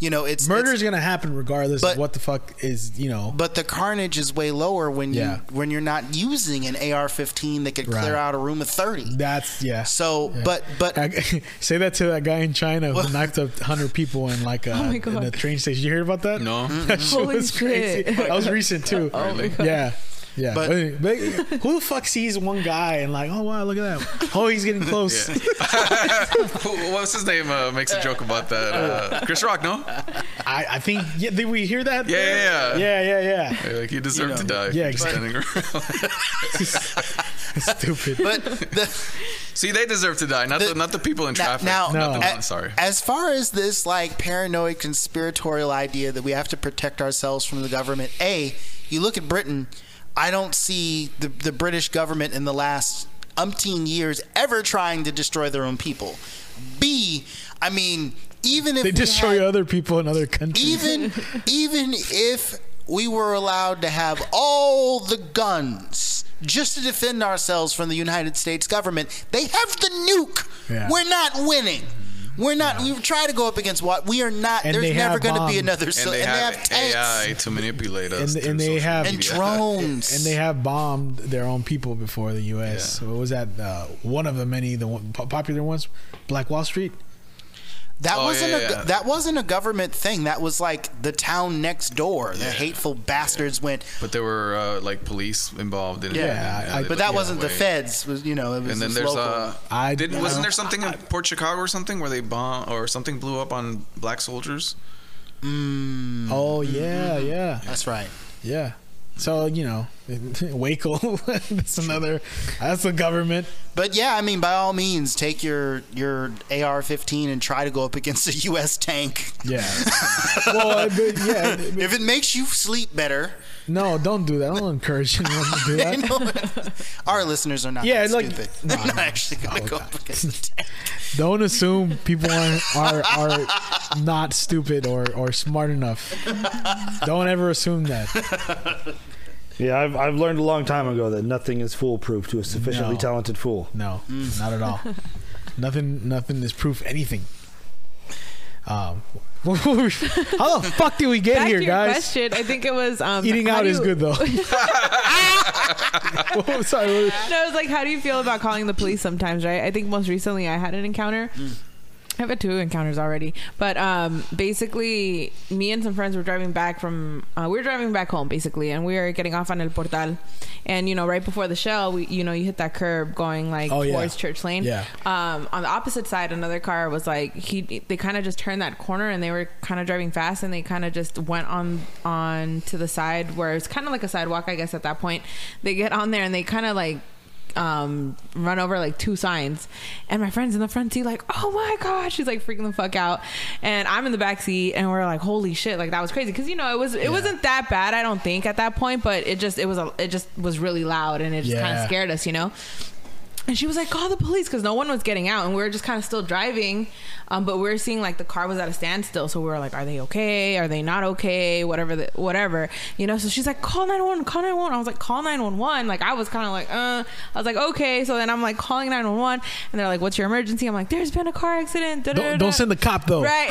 S3: you know it's
S2: Murder
S3: it's-
S2: is gonna happen regardless
S3: But-
S2: of what the fuck is you know.
S3: but the carnage is way lower when
S2: Yeah.
S3: you when you're not using an AR-15 that could clear
S2: Right.
S3: out a room of 30.
S2: that's yeah.
S3: So,
S2: Yeah.
S3: but but
S2: I- say that to that guy in China who knifed up hundred people in like a,
S4: my
S2: in
S4: God.
S2: a train station. You hear about that?
S1: No.
S2: that shit
S4: Holy
S2: was crazy.
S4: shit.
S2: That was recent too.
S1: Really?
S2: Yeah. Yeah, but,
S3: But-
S2: but who the fuck sees one guy and like, oh wow, look at that. Oh, he's getting close.
S1: Who- what was his name? Uh, makes a joke about that. Uh, Chris Rock, no?
S2: I, I think yeah, did we hear that?
S1: Yeah, yeah, yeah.
S2: yeah, yeah, yeah.
S1: Like he deserved
S3: You
S1: to die.
S2: Yeah,
S1: Just
S2: exactly.
S1: standing around.
S2: Stupid.
S3: but the,
S1: See, they deserve to die, not the,
S3: The-
S1: not the people in
S3: now,
S1: traffic.
S3: now
S1: not the
S2: No.
S1: ones, sorry.
S3: as far as this like paranoid conspiratorial idea that we have to protect ourselves from the government, a you look at Britain, I don't see the the British government in the last umpteen years ever trying to destroy their own people. B, I mean, even if
S2: they
S3: we
S2: destroy
S3: had-
S2: other people in other countries.
S3: even even if we were allowed to have all the guns just to defend ourselves from the United States government, they have the nuke.
S2: Yeah.
S3: We're not winning. We're not. We try to go up against what we are not.
S2: And
S3: there's
S2: they
S3: never
S2: have
S3: going to be
S2: bombs.
S3: another.
S1: and
S3: so,
S1: they
S3: and
S1: have,
S3: tanks
S1: AI to manipulate us.
S2: And-
S1: through
S2: and they
S1: social
S2: have-
S3: and
S1: media.
S3: drones.
S2: and they have bombed their own people before the U.S. What was that? Uh, one of the many, the one, po- popular ones, Black Wall Street.
S3: That
S1: Oh,
S3: wasn't
S1: yeah,
S3: a
S1: yeah.
S3: that wasn't a government thing. That was like the town next door. The hateful bastards went.
S1: But there were uh, like police involved in
S3: Yeah,
S1: it.
S2: I-
S1: they
S2: but
S1: took
S3: But that
S1: it
S3: wasn't the
S1: away.
S3: feds. Was you know it was
S1: And then
S3: this
S1: there's
S3: local.
S1: uh,
S2: I-
S1: didn't
S2: I
S1: wasn't
S2: don't-
S1: there something in Port Chicago or something where they bomb or something blew up on black soldiers?
S2: Oh yeah, yeah,
S3: That's right.
S2: yeah. So you know, Waco. that's another. That's the government.
S3: But yeah, I mean, by all means, take your your AR-15 and try to go up against a U.S. tank.
S2: Yeah. well, I mean, yeah. I mean,
S3: If it makes you sleep better,
S2: No, don't do that. I don't encourage anyone to do
S3: you
S2: that.
S3: know, our listeners are not
S2: Yeah,
S3: that
S2: like-
S3: stupid. They're not actually going to go up against a tank.
S2: Don't assume people are are, are not stupid or, or smart enough. Don't ever assume that.
S6: Yeah, I've, I've learned a long time ago that nothing is foolproof to a sufficiently
S2: No.
S6: talented fool.
S2: No, not at all. Nothing nothing is proof anything. Um, how the fuck did we get
S4: Back
S2: here,
S4: to your
S2: guys?
S4: question. I think it was um,
S2: Eating
S4: how
S2: out
S4: do
S2: is
S4: you-
S2: good though. I'm sorry.
S4: No, it's like, how do you feel about calling the police sometimes, right? I think most recently I had an encounter.
S2: Mm.
S4: I've had two encounters already. But um, basically, me and some friends were driving back from, uh, we were driving back home, basically, and we were getting off on El Portal. And, you know, right before the shell, we, you know, you hit that curb going like
S2: Oh, yeah.
S4: towards Church Lane.
S2: Yeah.
S4: Um, on the opposite side, another car was like, he, they kind of just turned that corner and they were kind of driving fast and they kind of just went on, on to the side where it's kind of like a sidewalk, I guess, at that point. They get on there and they kind of like, um, run over like two signs, and my friend's in the front seat, like, oh my god, she's like freaking the fuck out, and I'm in the back seat, and we're like, holy shit, like that was crazy, because you know it was it wasn't that bad, I don't think at that point, but it just it was a it just was really loud, and it just kind
S2: Yeah.
S4: of scared us, you know. And she was like, call the police because no one was getting out. And we were just kind of still driving. Um, but we were seeing like the car was at a standstill. So we were like, are they okay? Are they not okay? Whatever, the, whatever. You know, so she's like, call 911, call 911. I was like, call 911. Like, I was kind of like, uh, I was like, okay. So then I'm like calling 911. And they're like, what's your emergency? I'm like, there's been a car accident.
S2: Don't, don't send the cop though.
S4: Right.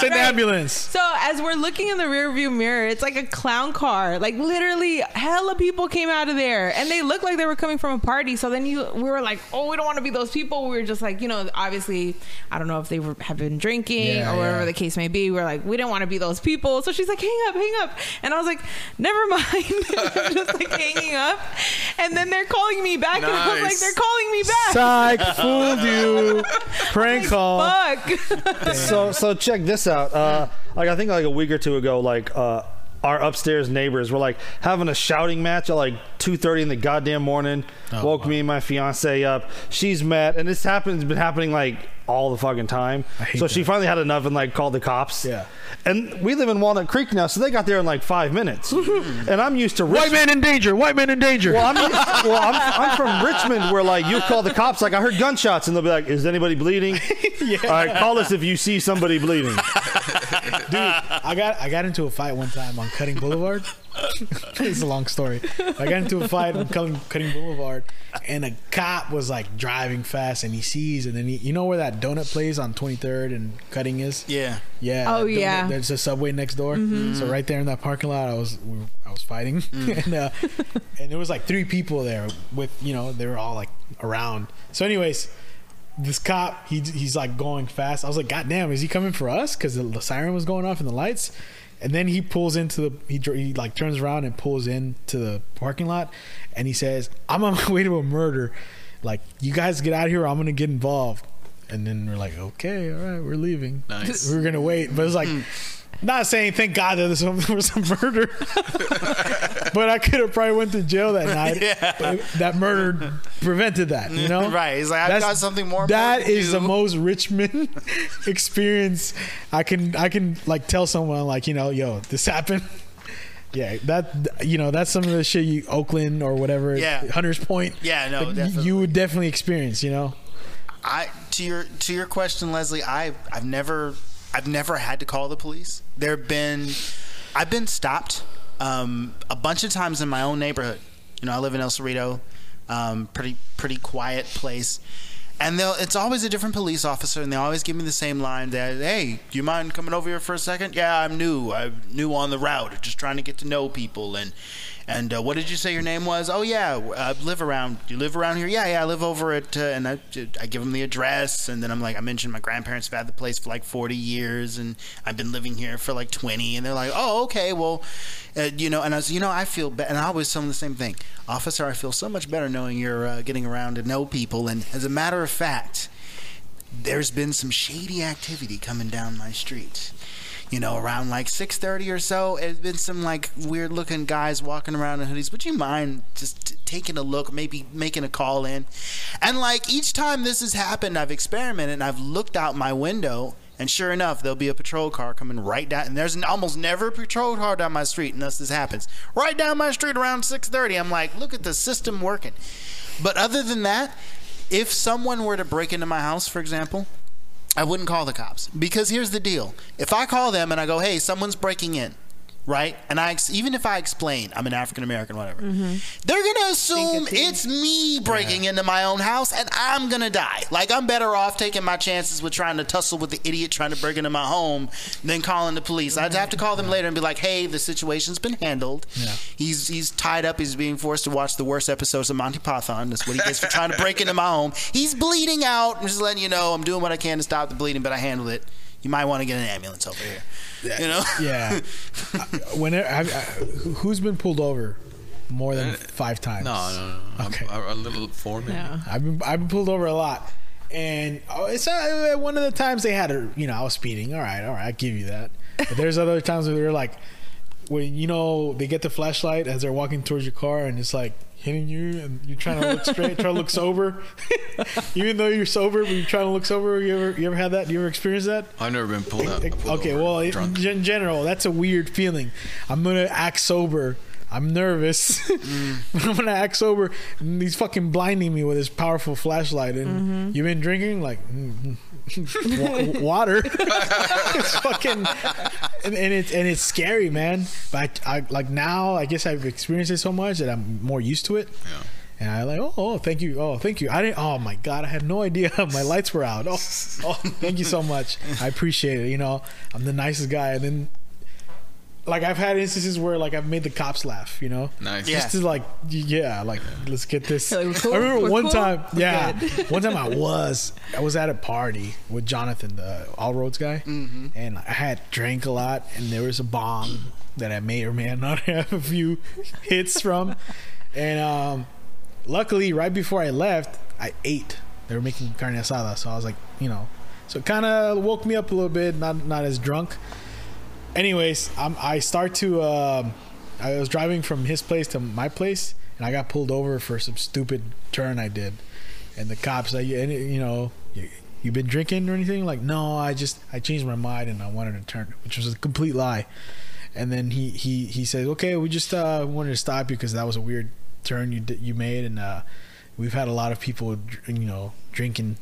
S2: Send the
S4: Right.
S2: ambulance.
S4: So as we're looking in the rearview mirror, it's like a clown car. Like literally, hella people came out of there, and they looked like they were coming from a party. So then you, we were like, oh, we don't want to be those people. We were just like, you know, obviously, I don't know if they were, have been drinking
S2: Yeah,
S4: or whatever
S2: yeah.
S4: the case may be. We were like, we didn't want to be those people. So she's like, hang up, hang up, and I was like, never mind, just like hanging up. And then they're calling me back, and I was like,
S1: Nice.
S4: they're calling me
S2: Psych
S4: back.
S2: fooled you. Prank call.
S4: Fuck.
S6: So so check this out. Uh, like I think like a week or two ago, like uh, our upstairs neighbors were like having a shouting match at like two thirty in the goddamn morning.
S2: Oh,
S6: woke me and my fiance up. She's mad, and this happens been happening like all the fucking time.
S2: hate
S6: So she finally had enough and like called the cops.
S2: Yeah.
S6: And we live in Walnut Creek now, so they got there in like five minutes. and I'm used to
S2: White
S6: Richmond-
S2: man in danger. White man in danger.
S6: well, I'm, well I'm, I'm from Richmond, where like you call the cops, like I heard gunshots, and they'll be like, "Is anybody bleeding?" All right, call us if you see somebody bleeding.
S2: I got I got into a fight one time on Cutting Boulevard. it's a long story. I got into a fight on Cutting, Cutting Boulevard, and a cop was like driving fast, and he sees, and then he, you know where that donut place on 23rd and Cutting is.
S3: Yeah.
S2: Yeah.
S4: Oh,
S2: that donut-
S4: yeah. Mm-hmm.
S2: There's a subway next door. So right there in that parking lot, I was we, were- I was fighting,
S4: Mm.
S2: and uh, and there was like three people there with you know they were all like around. So anyways, this cop he he's like going fast. I was like, God damn, is he coming for us? Because the, the siren was going off and the lights. And then he pulls into the he, dr- he like turns around and pulls into the parking lot, and he says, "I'm on my way to a murder. Like you guys get out of here, or I'm gonna get involved." And then we're like, "Okay, all right, we're leaving.
S1: Nice.
S2: We were gonna wait, but it's like." Not saying thank God that this was a murder, but I could have probably went to jail that night. But That murder prevented that, you know.
S3: Right. It's like, I've got something more
S2: That
S3: important to
S2: is the
S3: do.
S2: most Richmond experience I can I can like tell someone like you know yo this happened. Yeah, that you know that's some of the shit you Oakland or whatever
S3: Yeah.
S2: Hunters Point.
S3: Yeah, no,
S2: like, y-
S3: definitely.
S2: you would definitely experience. You know,
S3: I to your to your question, Leslie. I I've never I've never had to call the police. There have been I've been stopped um, a bunch of times in my own neighborhood. You know, I live in El Cerrito, um, pretty pretty quiet place. And they'll, it's always a different police officer, and they always give me the same line that, "Hey, do you mind coming over here for a second? Yeah, I'm new. I'm new on the route, just trying to get to know people." And and uh, what did you say your name was? Oh yeah, I live around. You live around here? Yeah, yeah. I live over at. Uh, and I, I give them the address, and then I'm like, I mentioned my grandparents have had the place for like 40 years, and I've been living here for like 20. And they're like, Oh, okay, well, uh, you know. And I was, you know, I feel better. And I always tell them the same thing, officer. I feel so much better knowing you're uh, getting around to know people. And as a matter of fact, there's been some shady activity coming down my street. You know, around like 6:30 or so, there's been some like weird-looking guys walking around in hoodies. Would you mind just t- taking a look, maybe making a call in? And like each time this has happened, I've experimented and I've looked out my window, and sure enough, there'll be a patrol car coming right down. And there's an, almost never a patrol car down my street unless this happens. Right down my street around 6:30, I'm like, look at the system working. But other than that, if someone were to break into my house, for example, I wouldn't call the cops because here's the deal. If I call them and I go, "Hey, someone's breaking in," right? And I ex- even if I explain I'm an African American, whatever, they're gonna assume it's me breaking into my own house and I'm gonna die. Like I'm better off taking my chances with trying to tussle with the idiot trying to break into my home than calling the police. I'd have to call them later and be like, "Hey, the situation's been handled. He's he's tied up. He's being forced to watch the worst episodes of Monty Python. That's what he gets for trying to break into my home. He's bleeding out. I'm just letting you know. I'm doing what I can to stop the bleeding, but I handled it." You might want to get an ambulance over here. You know?
S2: Yeah. Whenever I, I, who's been pulled over more than five times?
S1: Uh, No, no, no. no.
S2: Okay.
S1: I'm, a, a little four maybe.
S4: Yeah.
S2: I've been I've been pulled over a lot, and oh, it's uh, one of the times they had a you know I was speeding. All right, all right, I give you that. But there's other times where they're like, when you know they get the flashlight as they're walking towards your car, and it's like hitting you, and you're trying to look straight, try to look sober, even though you're sober, but you're trying to look sober. You ever you ever had that? You ever experienced that?
S1: I've never been pulled up. pulled
S2: okay,
S1: over
S2: well, it-
S1: drunk.
S2: in general, that's a weird feeling. I'm gonna act sober. I'm nervous. I'm gonna act sober. And he's fucking blinding me with his powerful flashlight. And you've been drinking like mm, mm, wa- water. it's fucking and, and it's and it's scary, man. But I, I like now. I guess I've experienced it so much that I'm more used to it.
S1: Yeah.
S2: And I like, oh, oh, thank you, oh, thank you. I didn't. Oh my God, I had no idea my lights were out. Oh, oh, thank you so much. I appreciate it. You know, I'm the nicest guy. And then, like, I've had instances where like I've made the cops laugh. You know,
S1: Nice.
S3: Yeah.
S2: just to like, yeah, like let's get this.
S4: Like, we're cool,
S2: I remember
S4: we're
S2: one
S4: cool,
S2: time,
S4: we're
S2: yeah,
S4: good.
S2: one time I was I was at a party with Jonathan, the All Roads guy,
S4: Mm-hmm.
S2: and I had drank a lot, and there was a bong that I may or may not have a few hits from, and um, luckily right before I left, I ate. They were making carne asada, so I was like, you know, so it kind of woke me up a little bit, not not as drunk anyways, I'm, I start to. Um, I was driving from his place to my place, and I got pulled over for some stupid turn I did, and the cops, like, "You- any- you know, you, you been drinking or anything? Like, no, I just I changed my mind and I wanted to turn, which was a complete lie. And then he he he says, okay, we just uh, wanted to stop you because that was a weird turn you did, you made, and uh, we've had a lot of people, dr- you know, drinking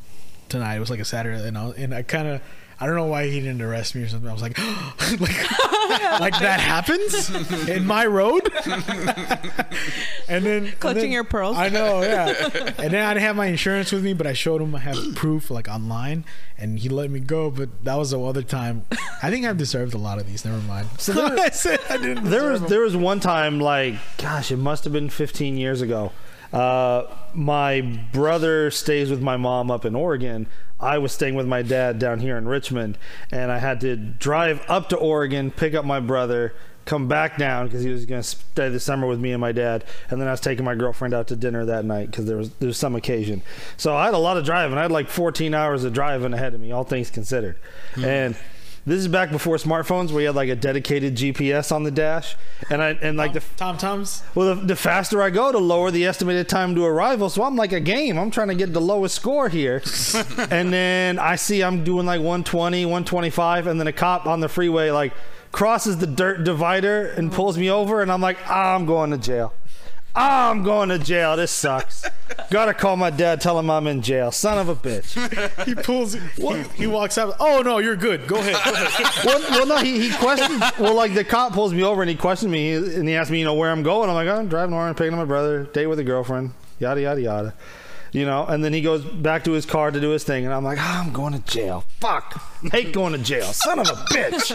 S2: tonight. It was like a Saturday, and I, and I kind of. I don't know why he didn't arrest me or something. I was like, like, like that happens in my road. and then and
S4: Clutching
S2: then-
S4: your pearls.
S2: I know, yeah. and then I didn't have my insurance with me, but I showed him I have proof like online, and he let me go. But that was the other time. I think I've deserved a lot of these. Never mind. So I said I didn't.
S6: there was
S2: deserve 'em.
S6: there was one time like gosh it must have been 15 years ago uh, my brother stays with my mom up in oregon i was staying with my dad down here in richmond and i had to drive up to oregon pick up my brother come back down because he was going to stay the summer with me and my dad and then i was taking my girlfriend out to dinner that night because there was there was some occasion so i had a lot of driving i had like 14 hours of driving ahead of me all things considered and this is back before smartphones, where you had like a dedicated GPS on the dash, and I and like the
S2: Tom Toms.
S6: well, the, the faster I go, the lower the estimated time to arrival. So I'm like a game. I'm trying to get the lowest score here. and then I see I'm doing like 120, 125, and then a cop on the freeway like crosses the dirt divider and pulls me over, and I'm like, "Ah, I'm going to jail. I'm going to jail. This sucks. Gotta call my dad, tell him I'm in jail. Son of a bitch.
S2: He pulls. He, he walks out. Oh no, you're good. Go ahead. Go ahead.
S6: well, well, no, he, he questioned. Well, like the cop pulls me over and he questioned me and he asked me, you know, where I'm going. I'm like, oh, I'm driving around, picking up my brother, date with a girlfriend, yada yada yada, you know. And then he goes back to his car to do his thing, and I'm like, ah, I'm going to jail. Fuck, hate going to jail, son of a bitch.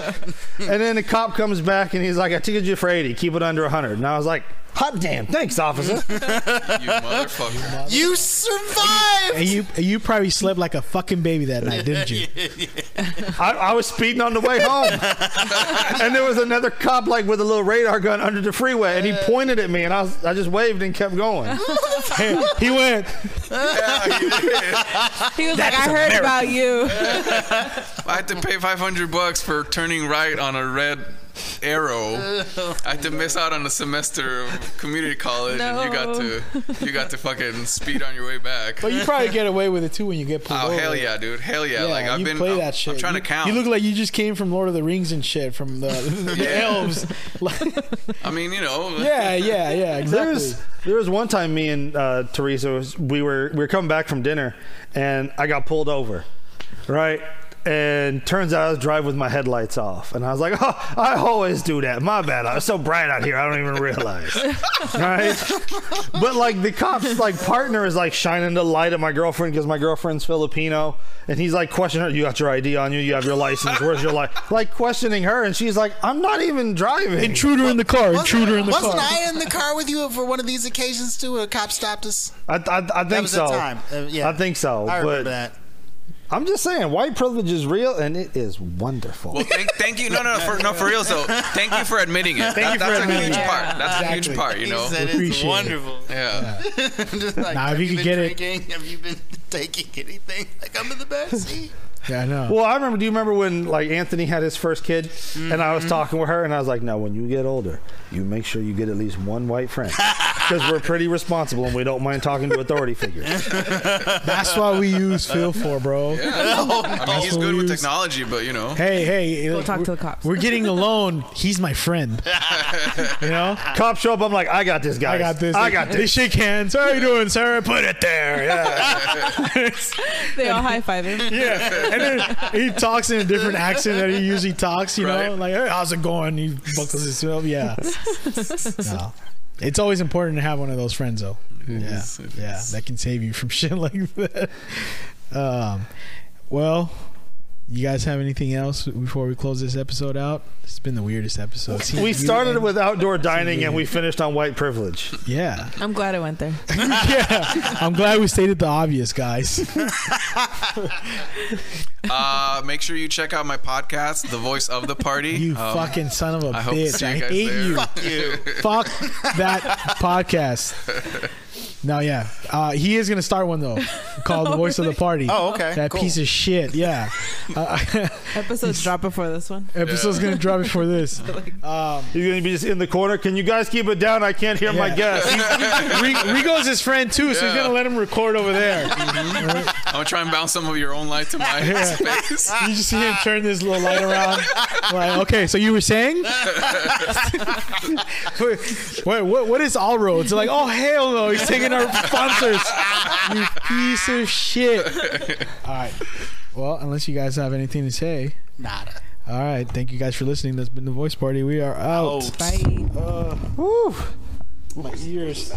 S6: and then the cop comes back and he's like, I ticket you for 80, keep it under 100. And I was like, hot damn, thanks, officer.
S1: You motherfucker.
S3: You survived.
S2: And you you probably slept like a fucking baby that night, didn't you?
S6: I, I was speeding on the way home, and there was another cop like with a little radar gun under the freeway, and he pointed at me, and I was, I just waved and kept going.
S2: he went.
S1: yeah, you did.
S4: He was like, I heard about you.
S1: I had to pay 500 bucks for turning right on a red arrow. I had to miss out on a semester of community college, and you got to you got to fucking speed on your way back.
S2: But you probably get away with it too when you get pulled
S1: Oh
S2: over.
S1: hell yeah, dude! Hell yeah! like I've
S2: you
S1: been,
S2: play
S1: I'm,
S2: that shit.
S1: I'm trying
S2: you,
S1: to count.
S2: You look like you just came from Lord of the Rings and shit from the, the elves. Like,
S1: I mean, you know.
S2: yeah, yeah, yeah, exactly.
S6: There's there was one time me and uh, Teresa was, we were we were coming back from dinner, and I got pulled over, right? and turns out I was driving with my headlights off, and I was like, "Oh, I always do that. My bad. I was so bright out here, I don't even realize." right? But like the cops, like partner is like shining the light at my girlfriend because my girlfriend's Filipino, and he's like questioning her. You got your ID on you. You have your license. Where's your light? Like questioning her, and she's like, "I'm not even driving."
S2: Intruder in the car. Intruder in the
S3: wasn't
S2: car.
S3: I in the car with you for one of these occasions too? Where a cop stopped us.
S6: I, I, I think
S3: That was
S6: so.
S3: the time. Uh, yeah,
S6: I think so.
S3: I remember
S6: but
S3: that.
S6: I'm just saying, white privilege is real, and it is wonderful.
S1: Well, thank, thank you. No, no, for, no, for real. So, thank you for admitting it.
S2: Thank you for
S1: that's a
S2: admitting
S1: huge
S2: it.
S1: part. That's a
S2: Exactly.
S1: huge part. You know.
S3: He said it's
S2: Appreciate it.
S3: wonderful.
S1: Yeah.
S3: Just like,
S2: Nah, if
S3: have
S2: you
S3: you
S2: could
S3: been
S2: get it-
S3: drinking? Have you been taking anything? Like I'm in the back seat.
S2: yeah, I know.
S6: Well, I remember. Do you remember when like Anthony had his first kid, and I
S3: Mm-hmm.
S6: was talking with her, and I was like, "No, when you get older, you make sure you get at least one white friend, because we're pretty responsible and we don't mind talking to authority figures."
S2: That's why we use Phil for, bro.
S1: I mean, he's good with technology, but you know.
S2: Hey, hey.
S4: Go talk
S2: we're,
S4: to the cops.
S2: We're getting a loan. He's my friend. You know?
S6: Cops show up. I'm like, "I got this, guy.
S2: I got this.
S6: I got
S2: They
S6: this."
S2: shake hands. How you doing, sir? Put it there. Yeah.
S4: They all high five him.
S2: yeah. And then he talks in a different accent that he usually talks, you
S1: Right.
S2: know? Like, hey, how's it going? He buckles his up. Yeah. No. It's always important to have one of those friends, though. yeah.
S1: is, it
S2: yeah. That can save you from shit like that. Um, well, you guys have anything else before we close this episode out? It's been the weirdest episode.
S6: We
S2: You
S6: started
S2: and-
S6: with outdoor dining, and we finished on white privilege.
S2: Yeah.
S4: I'm glad I went there.
S2: yeah. I'm glad we stated the obvious, guys.
S1: Uh, make sure you check out my podcast, The Voice of the Party.
S2: You
S1: Um,
S2: fucking son of a
S1: I hope to
S2: bitch.
S1: see you
S2: I
S1: guys
S2: hate
S1: there.
S2: you.
S1: Fuck
S3: You.
S2: Fuck that podcast. No, yeah. Uh, he is going to start one, though, called The Voice of the Party.
S3: Oh, okay.
S2: That
S3: Cool.
S2: piece of shit. Yeah. Uh,
S4: Episodes drop before this one.
S2: episode's going to drop before this.
S6: He's gonna be just in the corner. Can you guys keep it down? I can't hear my
S2: Yeah.
S6: guests.
S2: Re- Rigo's his friend, too, so he's
S1: Yeah.
S2: going to let him record over there.
S1: I'm gonna try and bounce some of your own light to my space.
S2: You just see him turn this little light around. Like, okay, so you were saying? wait, wait, what, what is All Roads? They're like, oh, hell no, he's taking our sponsors. You piece of shit. All right. Well, unless you guys have anything to say.
S3: Nada.
S2: All right. Thank you guys for listening. That's been The Voice Party. We are out.
S3: Oh.
S4: Bye.
S2: Woo. My ears.